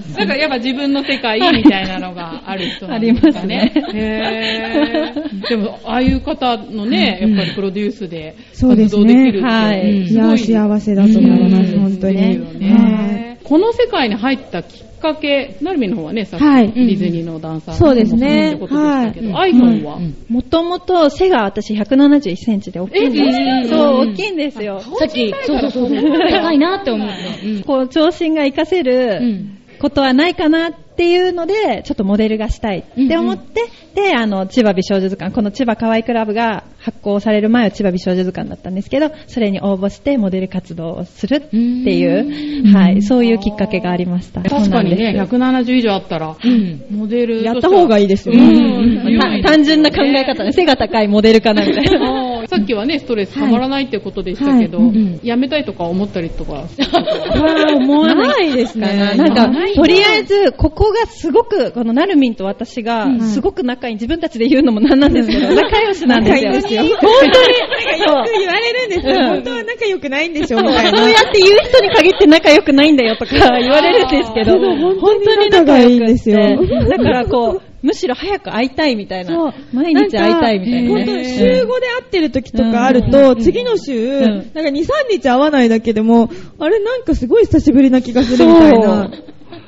Speaker 3: す。
Speaker 1: なんかやっぱ自分の世界みたいなのがある人なんですかね。
Speaker 3: ありますね
Speaker 1: へーでも、ああいう方のね、やっぱりプロデュースで
Speaker 5: そうで
Speaker 1: 活
Speaker 5: す
Speaker 1: 動
Speaker 5: ね
Speaker 1: できるって、
Speaker 3: はい
Speaker 5: いやー、
Speaker 1: すご
Speaker 5: 幸せだと思います、本当
Speaker 1: です
Speaker 5: に。
Speaker 1: よ
Speaker 5: はい
Speaker 1: ね。この世界に入ったきっかけ、なるみの方はね、さっき、
Speaker 5: はい
Speaker 1: ディズニーのダンサー
Speaker 5: そうですね
Speaker 1: ってことでしたけど、
Speaker 5: は
Speaker 1: ア
Speaker 5: い
Speaker 1: イコンは、
Speaker 3: もともと背が私171センチで大きいんです
Speaker 1: え
Speaker 3: よ。そう、大きいんですよ。
Speaker 2: さっき、そうそうそうそう、高いなって思って。うん
Speaker 3: こう、長身が活かせる、
Speaker 2: うん
Speaker 3: ことはないかなっていうので、ちょっとモデルがしたいって思って、で、あの、千葉美少女図鑑、この千葉可愛いクラブが発行される前は千葉美少女図鑑だったんですけど、それに応募してモデル活動をするっていう、はい、そういうきっかけがありました。
Speaker 1: 確かにね、
Speaker 3: そう
Speaker 1: 170以上あったら、モデルとしては。
Speaker 5: やった方がいいです
Speaker 1: う
Speaker 5: よね
Speaker 1: ん
Speaker 3: なんですた単純な考え方ね、背が高いモデルかなみたいな。
Speaker 1: あーさっきはね、ストレスたまらないってことでしたけど、
Speaker 5: はい
Speaker 2: はいうん
Speaker 1: やめたいとか思ったりと か。
Speaker 3: は思わないです
Speaker 5: ね
Speaker 3: なんか
Speaker 1: ない、
Speaker 3: とりあえず、ここがすごく、このなるみんと私が、すごく仲いい、自分たちで言うのもなんなんですけど、仲良しなんですよ。
Speaker 5: 仲良し
Speaker 3: 本
Speaker 5: よ
Speaker 3: 当
Speaker 5: く
Speaker 3: に。
Speaker 5: 言われるんですよ。
Speaker 3: うん
Speaker 5: 本当は仲良くないんでしょ
Speaker 3: そう。
Speaker 5: みたいな。
Speaker 3: そうやって言う人に限って仲良くないんだよとか言われるんですけど、本当に仲良くって
Speaker 5: 本当に仲がいいんですよ
Speaker 3: だからこう、むしろ早く会いたいみたいな。毎日会いたいみたいな
Speaker 5: 本
Speaker 3: ね。
Speaker 5: 当に
Speaker 3: うん
Speaker 5: 週5で会ってる時とかある
Speaker 3: う
Speaker 5: と、
Speaker 3: ん
Speaker 5: 次の週、
Speaker 3: ん
Speaker 5: なんか2、3日会わないだけでも、あれなんかすごい久しぶりな気がするみたいな。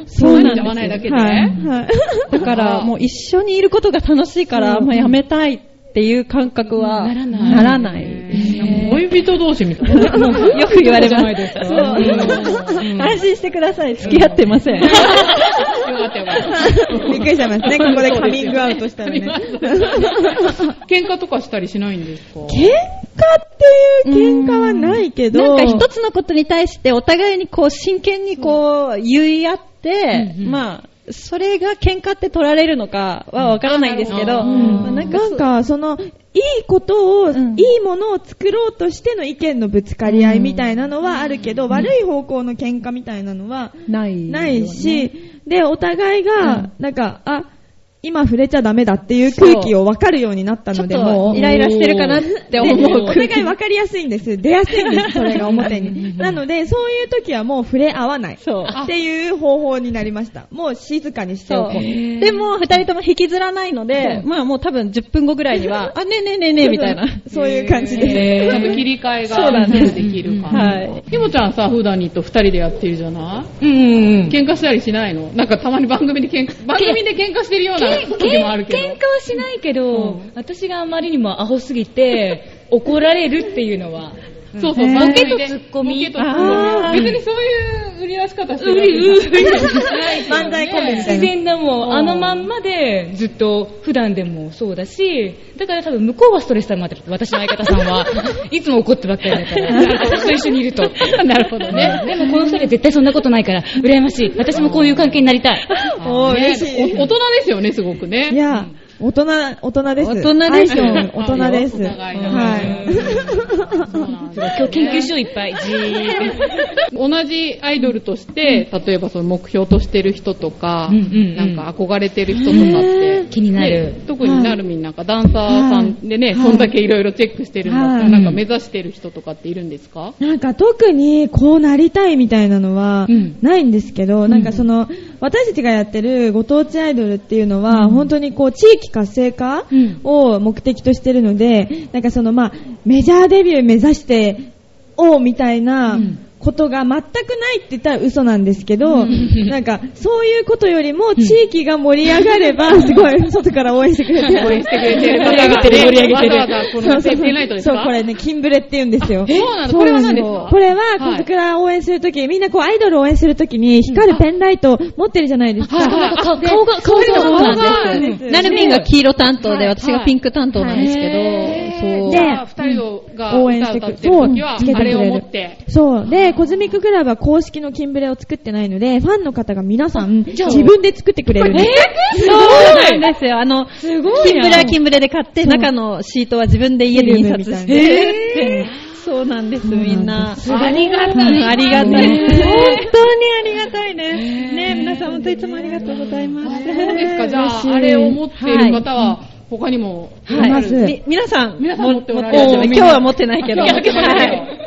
Speaker 1: そうなんですよ会わないだけで
Speaker 5: はい。はい
Speaker 3: だからもう一緒にいることが楽しいから、もうやめたいっていう感覚はならない。
Speaker 1: 恋人同士みたいな。
Speaker 3: よく言われます。そう
Speaker 1: うん
Speaker 3: 安心してください。付き合ってません。
Speaker 1: よかったよかった。
Speaker 5: びっくりしちゃいますね。ここでカミングアウトしたらね。喧
Speaker 1: 喧嘩とかしたりしないんですか
Speaker 5: 嘩っていう喧嘩はないけど、
Speaker 3: なんか一つのことに対してお互いにこう真剣にこう言い合って、まあ、それが喧嘩って取られれるのかはわからないんですけど、
Speaker 1: う
Speaker 3: まあな
Speaker 5: な
Speaker 3: んん
Speaker 5: か
Speaker 3: か、
Speaker 5: その、いいことを、
Speaker 3: ん
Speaker 5: いいものを作ろうとしての意見のぶつかり合いみたいなのはあるけど、悪い方向の喧嘩みたいなのは
Speaker 3: ない。
Speaker 5: ないし、で、お互いが、なんか、あ、今触れちゃダメだっていう空気を分かるようになった
Speaker 3: ちょっ
Speaker 5: ので、も
Speaker 3: と
Speaker 5: う。
Speaker 3: イライラしてるかなって思
Speaker 5: でお
Speaker 3: う
Speaker 5: 互い分かりやすいんです。出やすいんです、それが表に。なので、そういう時はもう触れ合わない。
Speaker 3: そう
Speaker 5: っていう方法になりました。もう静かにして
Speaker 3: そ
Speaker 5: お
Speaker 3: う。
Speaker 5: こう。
Speaker 3: でも、二人とも引きずらないので、まあもう多分10分後ぐらいに は、あ、ねえねえねえねえみたいな。
Speaker 5: そういう感じで。
Speaker 1: えーちゃんと切り替え
Speaker 3: そう
Speaker 1: が
Speaker 3: だね
Speaker 1: できる
Speaker 3: うん
Speaker 1: 感
Speaker 3: は
Speaker 1: じ。ひもちゃんさ、普段にと二人でやってるじゃない
Speaker 2: うん。
Speaker 1: 喧嘩したりしないのなんかたまに番組で喧嘩、番組で喧嘩してるよう
Speaker 2: けん
Speaker 1: な時もあるけど。
Speaker 2: 喧嘩はしないけど、私があまりにもアホすぎて、怒られるっていうのは。
Speaker 1: そうそう、
Speaker 5: ね
Speaker 1: 番組で
Speaker 2: ボケとツッコミ
Speaker 1: ボケとツッコミ別にそういう売り出し方してるわけじゃないですよね
Speaker 5: 漫才コンビみたいな
Speaker 2: 自然なもう、あのまんまで、ずっと、普段でもそうだし、だから多分向こうはストレス溜まってる。私の相方さん は、いつも怒ってばっかりだ から、私と一緒にいると。なるほどね。でもこの二人は絶対そんなことないから、羨ましい。私もこういう関係になりたい。
Speaker 5: おー
Speaker 1: ね
Speaker 5: 嬉しい
Speaker 1: お大人ですよね、すごくね。
Speaker 5: いや、大人、大人です。
Speaker 3: 大人ですよ
Speaker 5: アイドル大人です。
Speaker 1: お互いの
Speaker 5: はい。
Speaker 2: 今日研究所いっぱい、じーっと。
Speaker 1: 同じアイドルとして、例えばその目標としてる人とか、
Speaker 2: うんうんうん
Speaker 1: なんか憧れてる人とかって、
Speaker 2: 気になる
Speaker 1: ね特になるみんなんかダンサーさんでね、
Speaker 5: はい
Speaker 1: そんだけいろいろチェックしてるんだったら、
Speaker 5: はい
Speaker 1: なんか目指してる人とかっているんですか
Speaker 5: なんか特にこうなりたいみたいなのは
Speaker 2: うん
Speaker 5: ないんですけど、なんかその、私たちがやってるご当地アイドルっていうのは、本当にこう地域活性化
Speaker 2: うん
Speaker 5: を目的としてるので、なんかそのまあ、メジャーデビュー目指して、おうみたいな、
Speaker 2: うん
Speaker 5: ことが全くないって言ったら嘘なんですけど、なんか、そういうことよりも、地域が盛り上がれば、すごい、外から応援してくれてる。
Speaker 1: 応援してくれてる
Speaker 2: 盛り
Speaker 1: 方
Speaker 2: 上
Speaker 1: が
Speaker 2: げてる
Speaker 1: ね
Speaker 2: 盛り上げてる
Speaker 1: わざわざこ
Speaker 5: そう
Speaker 1: の
Speaker 5: そ
Speaker 1: ペ
Speaker 5: う
Speaker 1: ンペンライトです
Speaker 5: そう
Speaker 1: か、
Speaker 5: これね、金ブレって言うんですよ。
Speaker 1: そうなんだ。これは何ですか
Speaker 5: これは、こそくら応援するとき、みんなこうアイドルを応援するときに光るペンライト持ってるじゃないですか。
Speaker 1: はい
Speaker 2: 顔が、顔が、
Speaker 1: そうなんです
Speaker 5: んです
Speaker 3: なるみんが黄色担当で、私がピンク担当なんですけ
Speaker 1: で、
Speaker 3: ど、そう。
Speaker 1: 二人が
Speaker 5: 応援し
Speaker 1: 歌歌
Speaker 5: てく
Speaker 1: ってる時は、
Speaker 5: そうつけてく
Speaker 1: あ
Speaker 5: れ
Speaker 1: れ
Speaker 5: る
Speaker 1: を持って、
Speaker 5: そう。で、コズミッククラブは公式の金ブレを作ってないので、ファンの方が皆さん、
Speaker 2: じゃあ
Speaker 5: 自分で作ってくれるんです。
Speaker 3: そうなんですよ。あの、
Speaker 5: すごい
Speaker 3: キンブレはキンブレで買って、中のシートは自分で家で印刷して
Speaker 5: へ
Speaker 3: そうなんです、みんな。
Speaker 1: ありが
Speaker 3: うんありがたい。
Speaker 1: ね
Speaker 3: 本当にありがたいです。ね、皆さん本当いつもありがとうございます。
Speaker 1: そうですか、じゃ
Speaker 5: 嬉しい
Speaker 1: あ、あれを持っている方は、他にも、
Speaker 5: はい
Speaker 1: ある
Speaker 5: ます
Speaker 3: み皆さん、
Speaker 1: 皆さん持っておられるじ
Speaker 3: も
Speaker 1: ゃあ
Speaker 3: う今
Speaker 1: みん
Speaker 3: 日
Speaker 1: な
Speaker 3: は持ってないけど。
Speaker 1: いや今日はないよ
Speaker 3: はい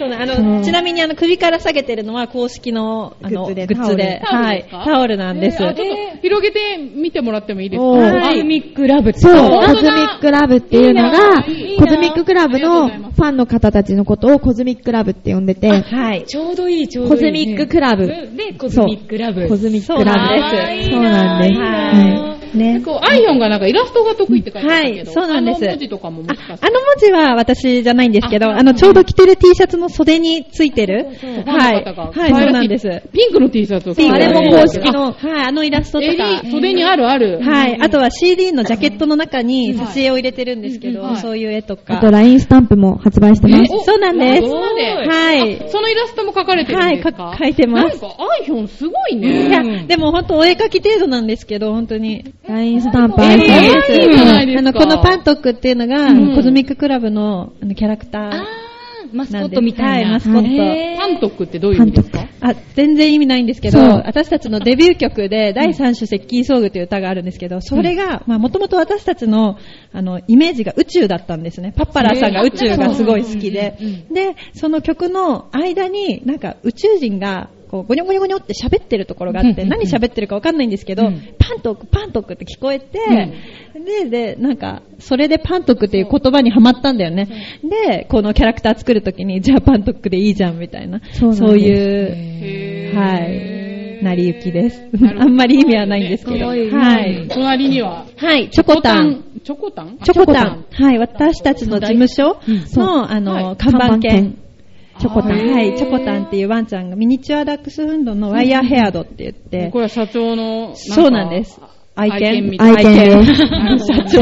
Speaker 3: そうねあのちなみにあの首から下げてるのは公式のあの
Speaker 5: グッズで
Speaker 1: タオル
Speaker 3: はい
Speaker 1: タオルですか
Speaker 3: タオルなんです。
Speaker 1: えーあちょっと広げて見てもらってもいいですか
Speaker 5: おー
Speaker 3: はい
Speaker 2: ミックラブ
Speaker 5: そう、コ
Speaker 1: 本
Speaker 5: ズ
Speaker 1: 当
Speaker 5: ミ
Speaker 1: だ
Speaker 5: ックラブっていうのが、
Speaker 1: いい
Speaker 5: コズミッククラブ
Speaker 1: ありがと
Speaker 5: のフ
Speaker 1: うございます
Speaker 5: ァンの方たちのことをコズミックラブって呼んでて、
Speaker 3: はい。
Speaker 2: ちょうどいい、ちょうど
Speaker 5: コ
Speaker 2: いい。
Speaker 5: ズミッククラブ。
Speaker 2: で、コズミックラブ。
Speaker 5: コズミッ
Speaker 3: そう
Speaker 5: クラブです。そうなんです。
Speaker 3: いいな
Speaker 5: はい
Speaker 3: ね。
Speaker 1: こう、あいほんがなんかイラストが得意って書いてあったけど、
Speaker 3: はいそうなんです
Speaker 1: あの文字とかももしか
Speaker 3: あ
Speaker 1: し
Speaker 3: あ
Speaker 1: て。
Speaker 3: の文字は私じゃないんですけど、
Speaker 1: あ
Speaker 3: あの、ちょうど着てる T シャツの袖についてる。
Speaker 1: ファン
Speaker 3: はい。
Speaker 1: の方が
Speaker 3: はい、そうなんです。
Speaker 1: ピンクの T シャツを着てる
Speaker 3: あれも公式の、はい、あのイラストと
Speaker 1: 襟
Speaker 3: か。、
Speaker 1: 袖にあるある。
Speaker 3: はい。あとは CD のジャケットの中に
Speaker 1: はい
Speaker 3: 挿絵を入れてるんですけ
Speaker 1: うんうん
Speaker 3: ど、
Speaker 1: はい
Speaker 3: そういう絵と
Speaker 5: あ
Speaker 3: か
Speaker 5: と、。LINE スタンプも発売してます。
Speaker 1: お
Speaker 3: そうなんです
Speaker 1: ごい
Speaker 3: はい
Speaker 1: あそのイラストも描かれてるん
Speaker 3: はい、
Speaker 1: ですか
Speaker 3: か書いてま
Speaker 1: なん
Speaker 3: す。
Speaker 1: か、あいひょんすごいね。
Speaker 3: いや、でも本当お絵描き程度なんですけど、本当に。
Speaker 5: LINE スタンプ、
Speaker 1: えー
Speaker 5: 愛してます
Speaker 1: いいじゃないですか
Speaker 3: あの、このパントックっていうのが、
Speaker 1: うん
Speaker 3: コズミッククラブのあのキャラクターなんで
Speaker 2: マ
Speaker 3: す。
Speaker 2: スコットみたい
Speaker 3: は
Speaker 2: な。
Speaker 3: マスコット。
Speaker 1: パントックってどういう意味ですか
Speaker 3: あ、全然意味ないんですけど、
Speaker 5: そう
Speaker 3: 私たちのデビュー曲で、第3種接近ソングという歌があるんですけど、それが、まあ、もともと私たちの、あの、イメージが宇宙だったんですね。パッパラーさんが宇宙がすごい好きで。で、その曲の間に、なんか宇宙人が、こう、ゴニョゴニョゴニョって喋ってるところがあって、何喋ってるかわかんないんですけど、パントク、パントクって聞こえて、で、で、なんか、それでパントクっていう言葉にはまったんだよね。で、このキャラクター作るときに、じゃあパントクでいいじゃん、みたいな。
Speaker 5: そうなんです
Speaker 3: そういう、
Speaker 1: へー
Speaker 3: はい。成り行きです
Speaker 1: なるほ。ど
Speaker 3: あんまり意味はないんですけど。
Speaker 1: か
Speaker 3: は
Speaker 1: わいい
Speaker 3: い。
Speaker 1: 隣には、
Speaker 3: はい、チョコタン。。
Speaker 1: チョコタン
Speaker 3: チョコタン。はい、私たちの事務所の、あ
Speaker 1: は
Speaker 3: の、
Speaker 1: い
Speaker 3: 看板犬。チョコタ
Speaker 1: あー
Speaker 3: ン。はい、チョコタンっていうワンちゃんがミニチュアダックスフンドのワイヤーヘアドって言
Speaker 1: あ
Speaker 3: って
Speaker 1: こ、れは社長の、なんか
Speaker 3: そうなんです。愛
Speaker 1: 愛犬
Speaker 3: 犬
Speaker 1: み。たい
Speaker 5: 愛犬です。
Speaker 3: 社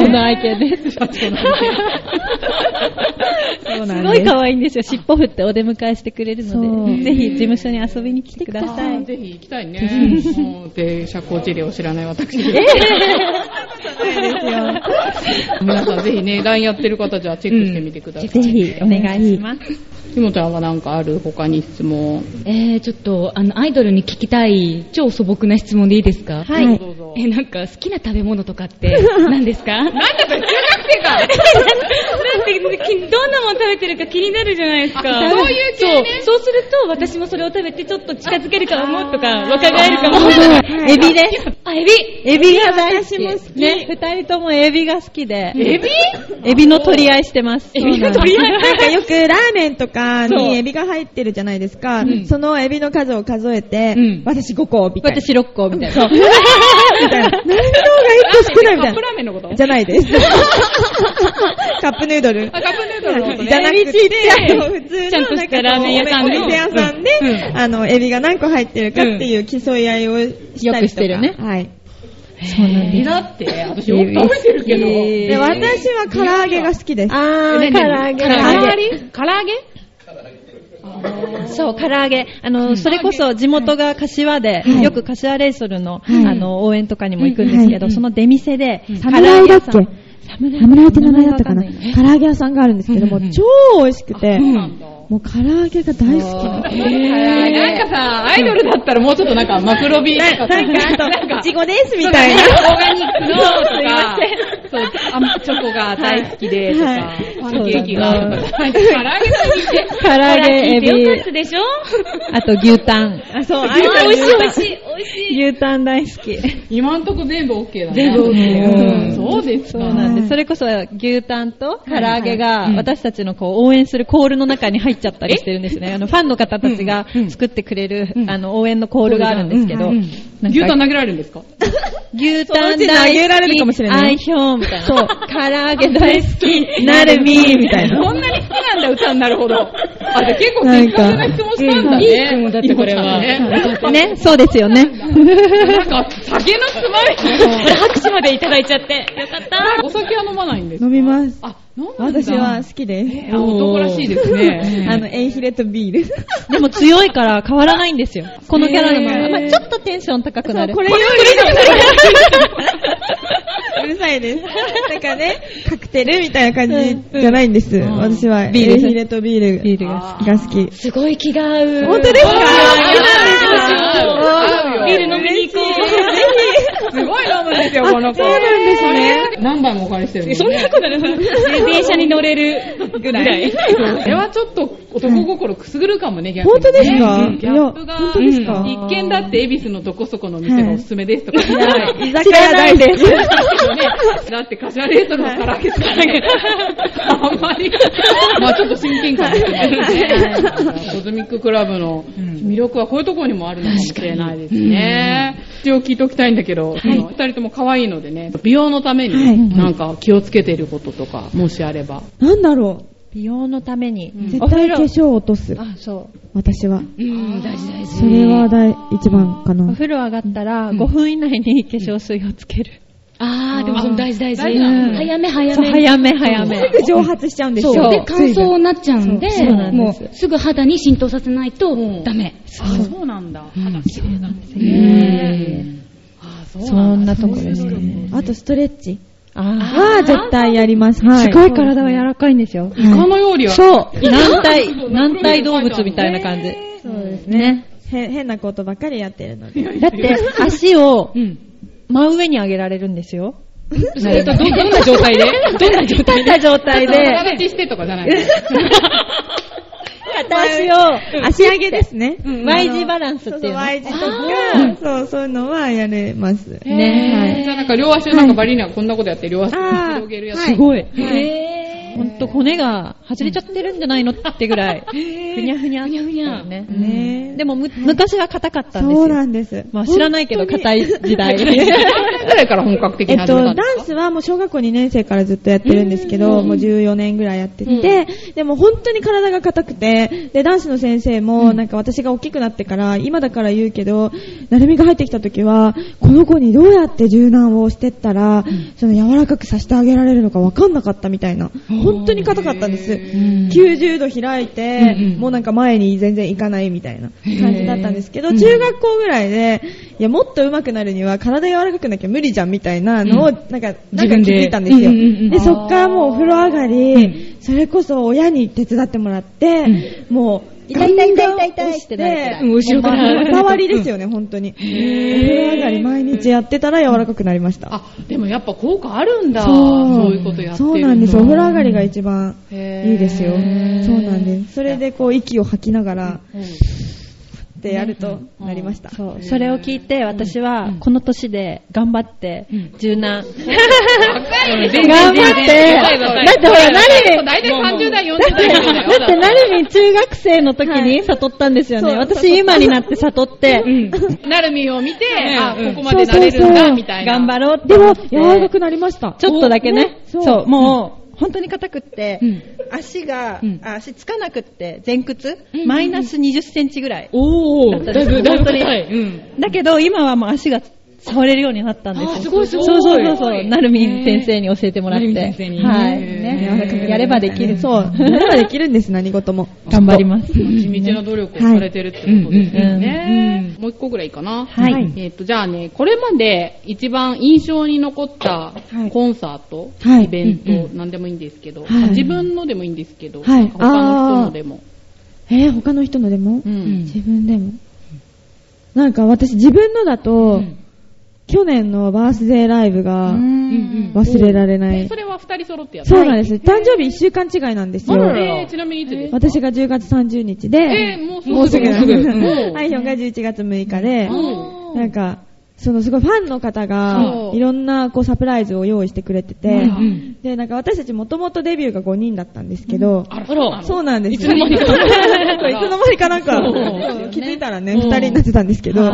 Speaker 3: 長の愛犬です。
Speaker 1: 社長なんです
Speaker 3: すごい可愛いんですよ。尻尾振ってお出迎えしてくれる
Speaker 5: そ
Speaker 3: の
Speaker 5: う
Speaker 3: で、ぜひ事務所に遊びに来てくださ
Speaker 1: あー
Speaker 3: い。
Speaker 1: ぜひ行きたいね。もうで、社交辞令を知らない私です。 皆さんぜひね、LINE やってる方じゃあチェックしてみてください。
Speaker 3: ぜひお願いします。
Speaker 1: ひもちゃんはなんかある他に質問。
Speaker 2: えー、ちょっと、あの、アイドルに聞きたい、超素朴な質問でいいですか
Speaker 3: はい。
Speaker 1: どうぞ。
Speaker 2: え、なんか、好きな食べ物と かって、何ですかなんで
Speaker 1: 中学生か
Speaker 2: なんて、どんなもん食べてるか気になるじゃないですか。
Speaker 1: あそういう系ね
Speaker 2: そう。そうすると、私もそれを食べて、ちょっと近づけるかもとか、若返るかも。
Speaker 3: エビです。
Speaker 2: あ、エビ
Speaker 3: エビが大好き。ね、二人ともエビが好きで。
Speaker 1: エビ
Speaker 3: エビの取り合いしてます。
Speaker 2: エビの取り合い
Speaker 3: そうなんで
Speaker 5: なんかよくラーメンとかにエビが入ってるじゃないですか。そのエビの数を数えて、
Speaker 2: うん
Speaker 5: 私5個みたいな。
Speaker 3: す私6個みたいな。
Speaker 5: みたいな。何の方が1個少ないみ
Speaker 1: カ
Speaker 5: たい
Speaker 1: ップラ
Speaker 5: な。
Speaker 1: ーメンのこと
Speaker 5: じゃないです。カップヌードル。
Speaker 1: あ、カップヌードルのこと
Speaker 5: じゃ
Speaker 1: ね。
Speaker 5: なくて、あの普通の
Speaker 2: ちゃんとしたラーメン屋さんの
Speaker 5: お店屋さんで、あの、エビが何個入ってるかっていう競い合いをしたり
Speaker 3: よ
Speaker 5: とか。
Speaker 3: くしてるね
Speaker 5: はい。
Speaker 1: エビだって、私よく食べてるけど。
Speaker 5: で、私は唐揚げが好きです。
Speaker 3: あー、唐揚げ。
Speaker 1: 唐揚げ唐揚げ
Speaker 3: そう、唐揚げ。あの、それこそ地元が柏で、
Speaker 5: い
Speaker 3: よく柏レイソルの、
Speaker 5: い
Speaker 3: あの、応援とかにも行くんですけど、その出店で、唐揚
Speaker 5: 侍
Speaker 3: げ
Speaker 5: だっ
Speaker 3: 屋
Speaker 5: け
Speaker 3: さん。
Speaker 5: 侍って名前だったかな
Speaker 3: 名前わかん
Speaker 5: 唐揚げ屋さんがあるんですけども、超美味しくて、もう唐揚げが大好きな
Speaker 1: な
Speaker 5: の。
Speaker 1: んかさ、アイドルだったらもうちょっとなんかマクロビとかさ、
Speaker 5: なんか、あと、いちごですみ
Speaker 1: そう
Speaker 5: た
Speaker 1: だ
Speaker 5: い
Speaker 1: ね
Speaker 5: な。
Speaker 1: オーガニックのとか、そう、あチョコが大好きでとか、パンケーキがとか、唐揚げ
Speaker 3: 唐揚げ、エ
Speaker 2: よか
Speaker 3: ビ
Speaker 2: った、でしょ
Speaker 3: あと牛タン。
Speaker 5: あ、そう、あ
Speaker 2: 美味しい美味
Speaker 5: い。
Speaker 2: しい美味しい。
Speaker 3: 牛タン大好き。
Speaker 1: 今んとこ全部 OK だね。全部 OK。そうですか。
Speaker 3: そうなんで
Speaker 5: はい
Speaker 3: す。それこそ牛タンと唐揚げが私たちのこう応援するコールの中に入っちゃったりしてるんですね。あのファンの方たちが作ってくれるあの応援のコールがあるんですけど、なんか
Speaker 1: 牛タン投げられるんですか
Speaker 3: 牛
Speaker 5: その
Speaker 3: タ
Speaker 5: う
Speaker 3: ン
Speaker 5: ち
Speaker 3: 大
Speaker 5: 投げられ
Speaker 3: 好
Speaker 5: る
Speaker 3: き、
Speaker 5: かもしれない
Speaker 3: 愛表みたいな。そう。唐揚げ大好き、なるみーみたいな。
Speaker 1: こんなに好きなんだ、歌になるほど。あ、じゃあ結構的確な質問したんだね。いい質問だってこれは。
Speaker 3: ね、そうですよね。
Speaker 1: なんか、酒のつまみ。
Speaker 2: 拍手までいただいちゃって。よかった。
Speaker 1: お酒は飲まないんですか
Speaker 5: 飲みます。
Speaker 1: あ、飲むんだ。
Speaker 5: 私は好きです。
Speaker 1: あ男らしいですね。
Speaker 5: あの、エイヒレとビール。
Speaker 3: でも強いから変わらないんですよ。このキャラのまま。まあちょっとテンション高くなる。
Speaker 5: これよりうるさいです。なんかね、カクテルみたいな感じじゃないんです。私は、エイ
Speaker 3: ビール
Speaker 5: ヒレとビール
Speaker 3: ビールが
Speaker 5: が好き。
Speaker 2: すごい気が合う。
Speaker 5: 本当ですか
Speaker 1: あ
Speaker 2: ビール飲みに行こ。
Speaker 1: すごい飲むんですよ、この子。そうなんですね。何杯もお借りしてるもんね。そんなこと ないう
Speaker 2: 電車に乗れるぐらい。
Speaker 1: これはちょっと男心くすぐるかもね、逆に。
Speaker 5: 本当ですか
Speaker 1: うんギャップが。
Speaker 5: いや本当ですか
Speaker 1: うん一見だって、恵比寿のどこそこのお店がおすすめですとか。知らない
Speaker 5: 居酒屋大です。
Speaker 1: けどねだってカシャレートのカラオケとかね、あんまり、まあちょっと親近感ですね。コズミッククラブの魅力はこういうところにもあるのかもしれないですね。一応聞いておきたいんだけど、あの二人とも可愛いのでね、美容のため
Speaker 5: はい
Speaker 1: になんか気をつけていることとか、もしあれば。
Speaker 5: なんだろ
Speaker 3: 美容のために。
Speaker 5: う。絶対化粧を落とす。
Speaker 3: あ、そう。
Speaker 5: 私は。
Speaker 1: うん、大事大事。
Speaker 5: それは大一番か
Speaker 3: お
Speaker 5: な。
Speaker 3: 風呂上がったら5分以内に化粧水をつける。
Speaker 2: あー、でもその大事大事。
Speaker 1: 大事なの
Speaker 2: うん早め早
Speaker 3: そう
Speaker 2: め。
Speaker 3: 早め早め。
Speaker 5: すぐ蒸発しちゃうんです
Speaker 2: そう。
Speaker 5: よ。
Speaker 2: で、乾燥になっちゃうんで、
Speaker 3: そうそうなん
Speaker 2: も
Speaker 3: です
Speaker 2: うすぐ肌に浸透させないと
Speaker 1: ん
Speaker 2: ダメ。
Speaker 1: あ、そうなんだ。肌綺麗なんです
Speaker 2: ね
Speaker 1: ね。あ、そうなんだ。
Speaker 3: そんなとこですね
Speaker 1: そういう努力を
Speaker 5: あとストレッチ
Speaker 3: あ
Speaker 5: は絶対やります。はい。
Speaker 3: すごい体は柔らかいんですよ。
Speaker 1: イカのようには、
Speaker 3: そう。軟体、軟体動物みたいな感じ。そうですね。
Speaker 5: へ変なことばっかりやってるので。
Speaker 3: だって、足を
Speaker 1: うん。
Speaker 3: 真上に上げられるんですよ。
Speaker 1: それとど、どんな状態でどんな状態
Speaker 3: 立った状態で、
Speaker 1: 形してとかじゃない。
Speaker 3: 私を、
Speaker 5: 足上げですね。
Speaker 3: Y 字バランス
Speaker 5: そ
Speaker 3: っ
Speaker 5: う
Speaker 3: てい
Speaker 5: そ、
Speaker 3: ううの。
Speaker 5: Y 字とか、そう、そういうのはやれます。
Speaker 1: ねじゃあなんか両足なんかバリーナがこんなことやって両足
Speaker 5: あー
Speaker 1: 広げるやつ。
Speaker 5: は
Speaker 3: すごい。ほんと骨が外れちゃってるんじゃないのってぐらい。ふにゃふにゃ。ふにゃふにゃ。
Speaker 5: ね
Speaker 3: でもむ、昔は硬かったんです
Speaker 5: そうな
Speaker 3: よ。
Speaker 5: んです。
Speaker 3: まあ知らないけど硬い時代。
Speaker 1: ぐらいから本格的
Speaker 5: え
Speaker 1: に
Speaker 5: っ
Speaker 1: 始
Speaker 5: と、ダ
Speaker 1: めたん
Speaker 5: ン
Speaker 1: ですか
Speaker 5: スはもう小学校2年生からずっとやってるんですけど、もう14年ぐらいやってて、でも本当に体が硬くて、で、ダンスの先生も、なんか私が大きくなってから、今だから言うけど、なるみが入ってきた時は、この子にどうやって柔軟をしてったら、その柔らかくさせてあげられるのか分かんなかったみたいな。本当に硬かったんです。90度開いて、もうなんか前に全然行かないみたいな感じだったんですけど、中学校ぐらいで、いや、もっと上手くなるには体柔らかくなきゃ無理じゃんみたいなのを、なんか、な
Speaker 2: 自
Speaker 5: んか
Speaker 2: 分
Speaker 5: 気
Speaker 2: で
Speaker 5: づいたんですよ。
Speaker 2: うんうんうん
Speaker 5: で、そっからもうお風呂上がり、それこそ親に手伝ってもらって、もう、痛い痛い痛い痛い痛いって
Speaker 2: うん後ろから。
Speaker 5: 触りですよね、本当に。お風呂上がり毎日やってたら柔らかくなりました。
Speaker 1: あ、でもやっぱ効果あるんだ。そういうことやってると
Speaker 5: そうなんです。お風呂上がりが一番
Speaker 1: へー
Speaker 5: いいですよ。そうなんです。それでこう息を吐きながら、ってやるとなりました。
Speaker 3: そう、それを聞いて私はこの年で頑張って、柔軟。頑張って、だってほら、なるみ、
Speaker 1: 大体30代、40
Speaker 3: だっ
Speaker 1: 代
Speaker 3: て、
Speaker 1: とかだよ。
Speaker 3: だってなるみ中学生の時に悟ったんですよね。
Speaker 5: そう
Speaker 3: 私今になって悟って、
Speaker 1: なるみを見て、あ、ここまでなれるんだ、みたいな。
Speaker 3: 頑張ろうって
Speaker 5: で
Speaker 3: 思
Speaker 5: も
Speaker 3: って。、
Speaker 5: 柔らかくなりました。
Speaker 3: ちょっとだけね。
Speaker 5: そう
Speaker 3: そう、もう、本当に硬くって、足が、あ足つかなくって、前屈、マイナス20センチぐらい。
Speaker 2: おー、だいぶ、だいぶ硬い。うん。
Speaker 3: だけど、今はもう足が触れるようになったんですよ。
Speaker 2: あすごいすごい
Speaker 3: そうそうそうそう、なるみん先生に教えてもらって。
Speaker 2: なるみん先生に
Speaker 3: はい。
Speaker 5: 柔らかくなりましたね
Speaker 3: ねやればできる。
Speaker 5: そう。やればできるんです、何事も。
Speaker 3: 頑張ります。
Speaker 1: 地道な努力をされてるってことですよね。もう一個ぐらいかな。
Speaker 3: はい
Speaker 1: えっと、じゃあね、これまで一番印象に残った
Speaker 5: はい
Speaker 1: コンサート、
Speaker 5: はい
Speaker 1: イベント、
Speaker 2: うんう
Speaker 1: なんでもいいんですけど、
Speaker 5: はい
Speaker 1: まあ自分のでもいいんですけど、
Speaker 5: はい
Speaker 1: なんか他の人のでも。
Speaker 5: えー、他の人のでも
Speaker 1: うん
Speaker 5: 自分でも。なんか私自分のだと、去年のバースデーライブが忘れられな
Speaker 1: で
Speaker 5: い
Speaker 1: そ。れは二人揃ってやった。
Speaker 5: そうなんです。誕生日1週間違いなんですよ。
Speaker 1: えーちなみにいつですか
Speaker 5: 私が10月30日
Speaker 1: え
Speaker 5: で、
Speaker 1: ーもうすぐ。
Speaker 5: もうすぐ
Speaker 1: も
Speaker 5: な
Speaker 1: うす
Speaker 5: んで
Speaker 1: ぐ
Speaker 5: す。
Speaker 1: もう
Speaker 5: アイヒョンが11月6日で、
Speaker 1: うん
Speaker 5: なんか、そのすごいファンの方が
Speaker 1: そ、う
Speaker 5: いろんなこうサプライズを用意してくれて
Speaker 1: う
Speaker 5: て、
Speaker 1: ん
Speaker 5: で、なんか私たちもともとデビューが5人だったんですけど、
Speaker 1: あら、そうなの
Speaker 5: そうなんです
Speaker 1: いつの間にか
Speaker 5: そういつの間にかなんか、そう気づいたらね、二人になってたんですけど、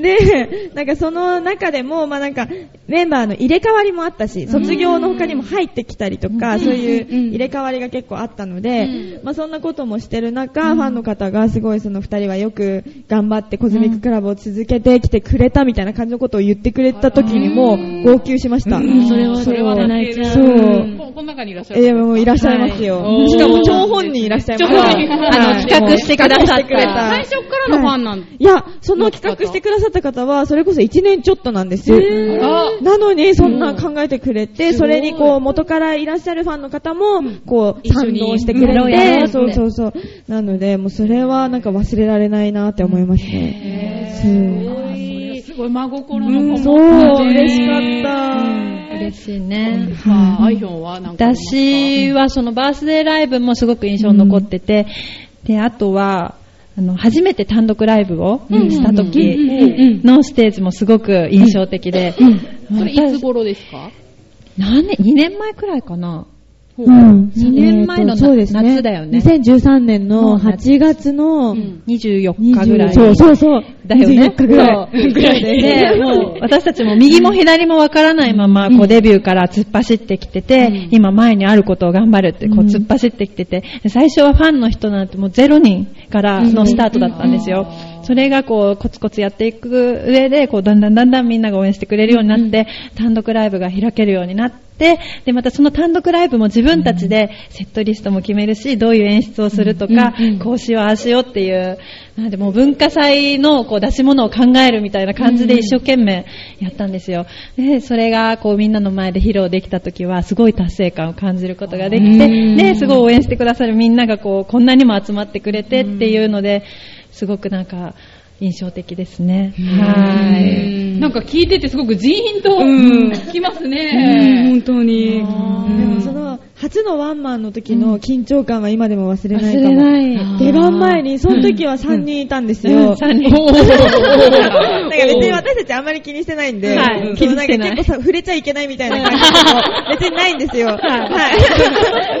Speaker 5: で、なんかその中でも、まあなんか、メンバーの入れ替わりもあったし、卒業の他にも入ってきたりとか、そういう入れ替わりが結構あったので、まあそんなこともしてる中、ファンの方がすごいその二人はよく頑張ってコズミッククラブを続けてきてくれたみたいな感じのことを言ってくれた時にも、号泣しました。
Speaker 2: それは、それは
Speaker 1: そう
Speaker 2: 泣いちゃう。
Speaker 5: そう
Speaker 1: ここの中にいらっしゃ
Speaker 5: え
Speaker 1: る。
Speaker 5: ー、もういらっしゃいますよ。しかも、張本人いらっしゃいます。
Speaker 1: 張本人
Speaker 5: はい
Speaker 1: あの
Speaker 3: 企画してくださった
Speaker 5: 企画してくれ
Speaker 1: 最初からのファンなんだ。
Speaker 5: いや、その企画してくださった方は、それこそ1年ちょっとなんですよ。
Speaker 1: あ
Speaker 5: なのに、そんな考えてくれて、それにこう、元からいらっしゃるファンの方も、こう、賛同してく
Speaker 3: やろう
Speaker 5: れ
Speaker 3: やろうっ
Speaker 5: て、
Speaker 3: て
Speaker 5: そうそうそう。なので、もうそれはなんか忘れられないなって思いますね。そう
Speaker 1: あそれはすごい真心のこ
Speaker 5: そ
Speaker 1: もった
Speaker 5: う、
Speaker 1: ね
Speaker 5: 嬉しかった。
Speaker 3: 嬉しいね。
Speaker 1: さあ、アイヒョンはなんかありますか。
Speaker 3: 私はそのバースデーライブもすごく印象に残ってて、で、あとは、あの、初めて単独ライブをした時のステージもすごく印象的で、
Speaker 2: うん
Speaker 3: 私
Speaker 1: それいつ頃ですか
Speaker 3: 何年、2年前くらいかな。
Speaker 5: うん。
Speaker 3: 2年前のな
Speaker 5: えーとそうです
Speaker 3: 夏だよね
Speaker 5: 2013年
Speaker 3: もう
Speaker 5: の
Speaker 3: 夏
Speaker 5: 8月の
Speaker 1: うん
Speaker 3: 24日ぐら
Speaker 5: 20
Speaker 3: い。
Speaker 5: そうそうそう。
Speaker 3: だよね。
Speaker 5: 24日ぐらい。
Speaker 3: そうぐらいで、もう私たちも右も左もわからないまま、こうデビューから突っ走ってきてて、今前にあることを頑張るって、こう
Speaker 5: うん
Speaker 3: 突っ走ってきてて、で最初はファンの人なんてもうゼロ人からのスタートだったんですよ。それがこうコツコツやっていく上で、こうだんだんだんだんみんなが応援してくれるようになって、単独ライブが開けるようになって、で、またその単独ライブも自分たちでセットリストも決めるし、どういう演出をするとか、こうしよう、ああしようっていう、なんでもう文化祭のこう出し物を考えるみたいな感じで一生懸命やったんですよ。で、それがこうみんなの前で披露できた時は、すごい達成感を感じることができて、で、すごい応援してくださるみんながこう、こんなにも集まってくれてっていうので、すごくなんか、印象的ですね。はい。
Speaker 1: なんか聞いててすごくジーンときますね。
Speaker 2: 本当に。
Speaker 5: でもその、初のワンマンの時の緊張感は今でも忘れないかも。
Speaker 3: 忘れない。
Speaker 5: 出番前に、その時は3人いたんですよ。
Speaker 3: 3人。
Speaker 5: なんか別に私たちあんまり気にしてないんで、
Speaker 3: はい
Speaker 5: うん
Speaker 3: 気にしてない
Speaker 5: んか結構さ触れちゃいけないみたいな感じも別にないんですよ。は い。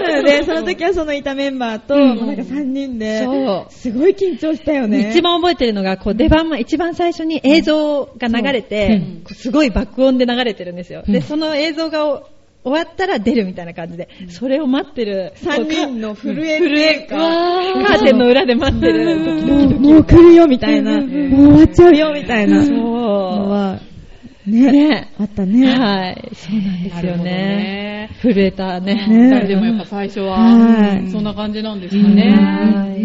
Speaker 5: なので、その時はそのいたメンバーと、もうなんか3人で
Speaker 3: そう、
Speaker 5: すごい緊張したよね。
Speaker 3: 一番覚えてるのが、こう出番前、一番最初に映像が流れて、こうすごい爆音で流れてるんですよ。で、その映像がお終わったら出るみたいな感じで、それを待ってる。
Speaker 5: 3人の震え
Speaker 3: 震え、カ
Speaker 5: か、
Speaker 3: ーテンの裏で待ってる時
Speaker 5: もうもう来るよみたいな、もう終わっちゃうよみたいなの
Speaker 3: そ
Speaker 5: は、
Speaker 3: う。ね。
Speaker 5: あったね。
Speaker 3: はい。そうなんですよね。
Speaker 1: ね。
Speaker 3: 震えたね。
Speaker 5: ね
Speaker 1: 誰でもやっぱ最初は、
Speaker 5: はい
Speaker 1: うんそんな感じなんですかね。
Speaker 3: はい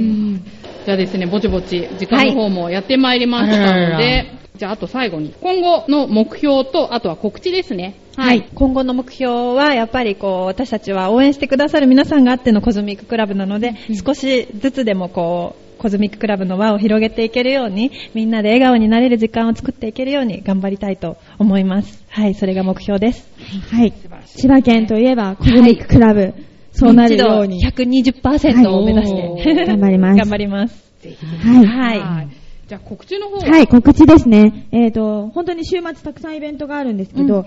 Speaker 1: じゃあですね、ぼちぼち時間の方もやってまいりましたので、じゃああと最後に、今後の目標と、あとは告知ですね。
Speaker 3: はい。今後の目標は、やっぱりこう、私たちは応援してくださる皆さんがあってのコズミッククラブなので、少しずつでもこう、コズミッククラブの輪を広げていけるように、みんなで笑顔になれる時間を作っていけるように頑張りたいと思います。はい、それが目標です。
Speaker 5: はい。千葉県といえば、コズミッククラブ、そうなるように。
Speaker 3: 一度120%を目指して、
Speaker 5: はい頑張りま す
Speaker 3: 頑張ります。
Speaker 5: はい。
Speaker 3: はい。
Speaker 1: じゃあ告知の方
Speaker 5: はい、告知ですね。えっ、と、本当に週末たくさんイベントがあるんですけど、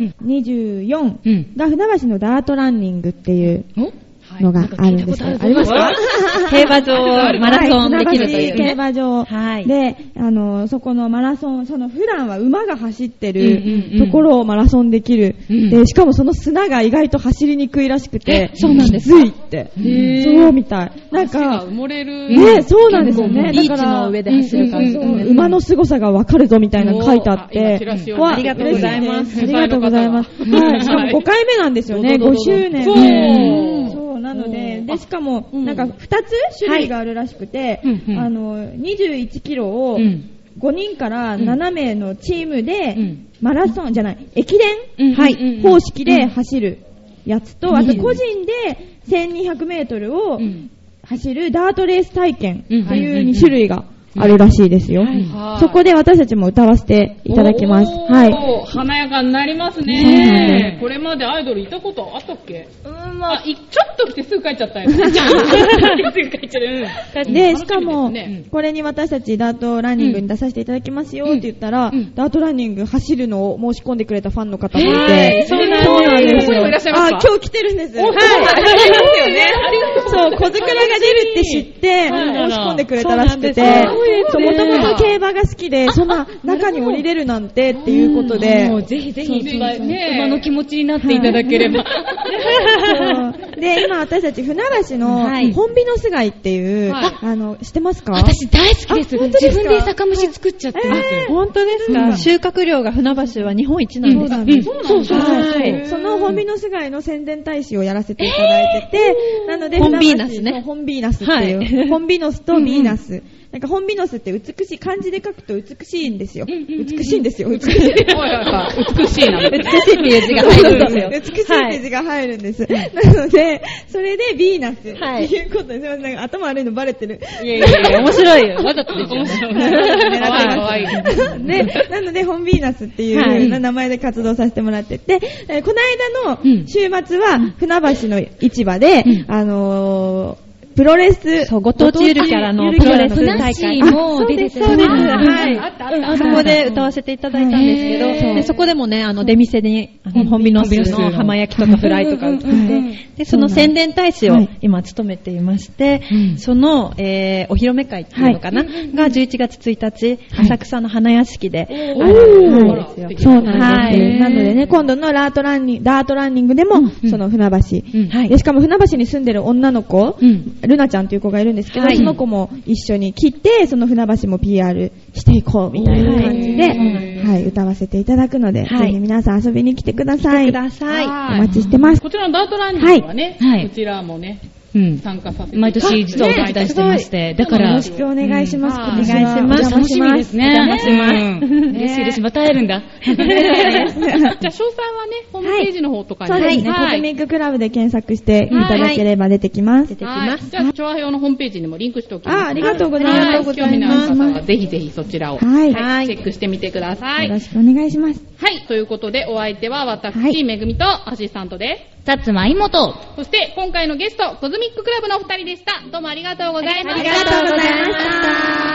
Speaker 5: 24が船橋のダートランニングっていうのがあるんですよ。ありますか
Speaker 3: 競馬場マラソンできるという
Speaker 5: 船橋競
Speaker 3: ね。
Speaker 5: 馬場。
Speaker 3: はい
Speaker 5: で、あの、そこのマラソン、その普段は馬が走って
Speaker 1: うんうんう
Speaker 5: る
Speaker 1: ん
Speaker 5: ところをマラソンできる。
Speaker 1: うん
Speaker 5: で、しかもその砂が意外と走りにくいらしくて、
Speaker 3: そうなんです
Speaker 5: きついって。そうみたい。なん
Speaker 1: 足が
Speaker 5: か
Speaker 1: 埋、もれる。
Speaker 5: ね、そうなんですよ
Speaker 3: うん
Speaker 5: ね。
Speaker 3: ビーチ
Speaker 5: だから
Speaker 3: の上で走る感じ
Speaker 5: うんうんうん馬の凄さがわかるぞみたいなの書いてあっ
Speaker 1: おーあ今
Speaker 5: て
Speaker 1: チラシを。
Speaker 5: わ
Speaker 1: あり
Speaker 3: がとうございます
Speaker 5: 嬉しですありがとうございます。はい。しかも5回目なんですよね。
Speaker 1: どうぞど
Speaker 5: 5
Speaker 1: うぞ
Speaker 5: 周年。
Speaker 1: そう
Speaker 5: うんそう、なので、で、しかも、なんか2つ種類があるらしくて、
Speaker 1: うんうん
Speaker 5: あの、21キロを
Speaker 1: うん
Speaker 5: 5人から7名のチームで
Speaker 1: うん、
Speaker 5: マラソンじゃない、駅
Speaker 1: うん
Speaker 5: 伝はい方式で走るやつと、あと個人で1200メートルを
Speaker 1: うん
Speaker 5: 走るダートレース体験って
Speaker 1: う
Speaker 5: い
Speaker 1: ん
Speaker 5: う2種類があるらしいですよ。そこで私たちも歌わせていただきます。
Speaker 1: おー
Speaker 5: はい。
Speaker 1: 華やかになります
Speaker 5: そうなんで
Speaker 1: ね。これまでアイドルいたことあったっけうん、まあ、いちょっと来てすぐ帰っちゃったよ。ちょっと来てすぐ帰っちゃった。うん
Speaker 5: で、しかも
Speaker 1: 楽みですね、
Speaker 5: これに私たちダートランニングに出させていただきますよって言ったら、ダートランニング走るのを申し込んでくれたファンの方もいて、
Speaker 1: そうなんですよここにもいらっしゃいますか
Speaker 5: あ、今日来てるんです。はい。そう、小桜が出るって知って、申し込んでくれたらしくて、そう、もともと競馬が好きで、そんな中に降りれるなんてっていうことで、
Speaker 2: もうぜひぜひ、
Speaker 1: そうそうね
Speaker 2: 馬の気持ちになっていただけれ ば。
Speaker 5: そうで、今私たち船橋の
Speaker 2: はい
Speaker 5: ホンビノス街っていう、
Speaker 1: はい
Speaker 5: あの、知ってますか
Speaker 2: 私大好きです。
Speaker 5: あ本当ですか
Speaker 2: 自分で酒蒸し作っちゃってます。
Speaker 5: えー本当ですか、
Speaker 3: 収穫量が船橋は日本一なん
Speaker 5: そう
Speaker 3: です。
Speaker 5: なんです。
Speaker 1: そうなんだ
Speaker 5: はいそのホンビノス街の宣伝大使をやらせていただいてて、なので、
Speaker 3: ホンビーナスね
Speaker 5: 船橋のホンビーナスっていう、ホンビノスとビーナス。なんか、ホンビノスって美しい、漢字で書くと美しいんですよ。美しいんですよ、美しい。
Speaker 1: おいおいおい美しい な。
Speaker 3: 美しいっていう字が入るんですよ。
Speaker 5: 美しいって字が入るんです。なので、それでビーナスっていうことです。すいません、なんか頭悪いのバレてる。
Speaker 1: いやいやいや、
Speaker 3: 面白いよ。
Speaker 1: わざとですよね。
Speaker 5: ね
Speaker 1: かわいいかわいい。
Speaker 5: で、なので、ホンビーナスっていう、
Speaker 3: はい
Speaker 5: 名前で活動させてもらってて、えーこの間の週末は、船橋の市場で、あのー、プロレス。
Speaker 3: そう、ご当地ゆるキャラのプロレス大会。
Speaker 2: も出てた
Speaker 5: そうです、そうです。
Speaker 2: あ
Speaker 5: はい。
Speaker 1: あったあっ
Speaker 3: うん
Speaker 1: た。
Speaker 3: あそこで歌わせていただいたんですけ
Speaker 2: うんへー
Speaker 3: ど、でそこでもね、あの、出店に、あのコンビノスの浜焼きとかフライとか売ってて、で、その宣伝大使を
Speaker 5: はい
Speaker 3: 今務めていまして
Speaker 2: うん、
Speaker 3: その、えーお披露目会っていうのかな、が11月1日、浅草の花屋敷で、
Speaker 1: おー
Speaker 3: ある
Speaker 1: ほ
Speaker 3: ん
Speaker 1: ら
Speaker 3: です
Speaker 1: 素。
Speaker 3: よ
Speaker 1: 敵
Speaker 5: そうなんです
Speaker 3: は
Speaker 5: ね。
Speaker 3: い
Speaker 5: なのでね、今度のラートランニング、ダートランニングでも、その船橋、
Speaker 2: うん
Speaker 3: はい
Speaker 5: でしかも船橋に住んでる女の子、
Speaker 2: うん
Speaker 5: ルナちゃんという子がいるんですけど、
Speaker 3: はい
Speaker 5: その子も一緒に来て、その船橋も PR していこうみたいな感じで、
Speaker 1: はい
Speaker 5: はいはい、歌わせていただくので、
Speaker 3: はい
Speaker 5: ぜひ皆さん遊びに来てください。
Speaker 3: ください。
Speaker 5: お待ちしてます。
Speaker 1: こちらのダートランニングはね、
Speaker 2: はいはい
Speaker 1: こちらもね、
Speaker 2: うん。
Speaker 1: 参加させて。
Speaker 2: 毎年実はお手伝いしてまして、だから、
Speaker 5: よろしくお願いします。
Speaker 1: うん
Speaker 5: 今年は
Speaker 3: お願いします
Speaker 5: お邪魔
Speaker 2: 楽しみですね。
Speaker 5: お邪魔します。
Speaker 2: うん嬉しい嬉しい。また会えるんだ。
Speaker 1: じゃあ、詳細はね、ホームページの方とかに。
Speaker 5: そうですね、
Speaker 1: は
Speaker 5: コ
Speaker 1: い
Speaker 5: ズミッククラブで検索していただければ出てきます。
Speaker 1: はい。じゃあ、調和表のホームページにもリンクしておきます。
Speaker 5: あありがとうございます
Speaker 1: は
Speaker 5: ありがとうございます
Speaker 1: 興味のある方は、ぜひぜひそちらを、
Speaker 5: はい
Speaker 1: はいチェックしてみてください。は
Speaker 5: よろ
Speaker 1: い。
Speaker 5: しくお願いします。
Speaker 1: ということで、お相手は私、
Speaker 5: はい
Speaker 1: めぐみとアシスタントで
Speaker 2: さつまいもと、
Speaker 1: す。そして、今回のゲスト、コズミッククラブのお二人でした。どうもありがとうございました。
Speaker 5: ありがとうございました。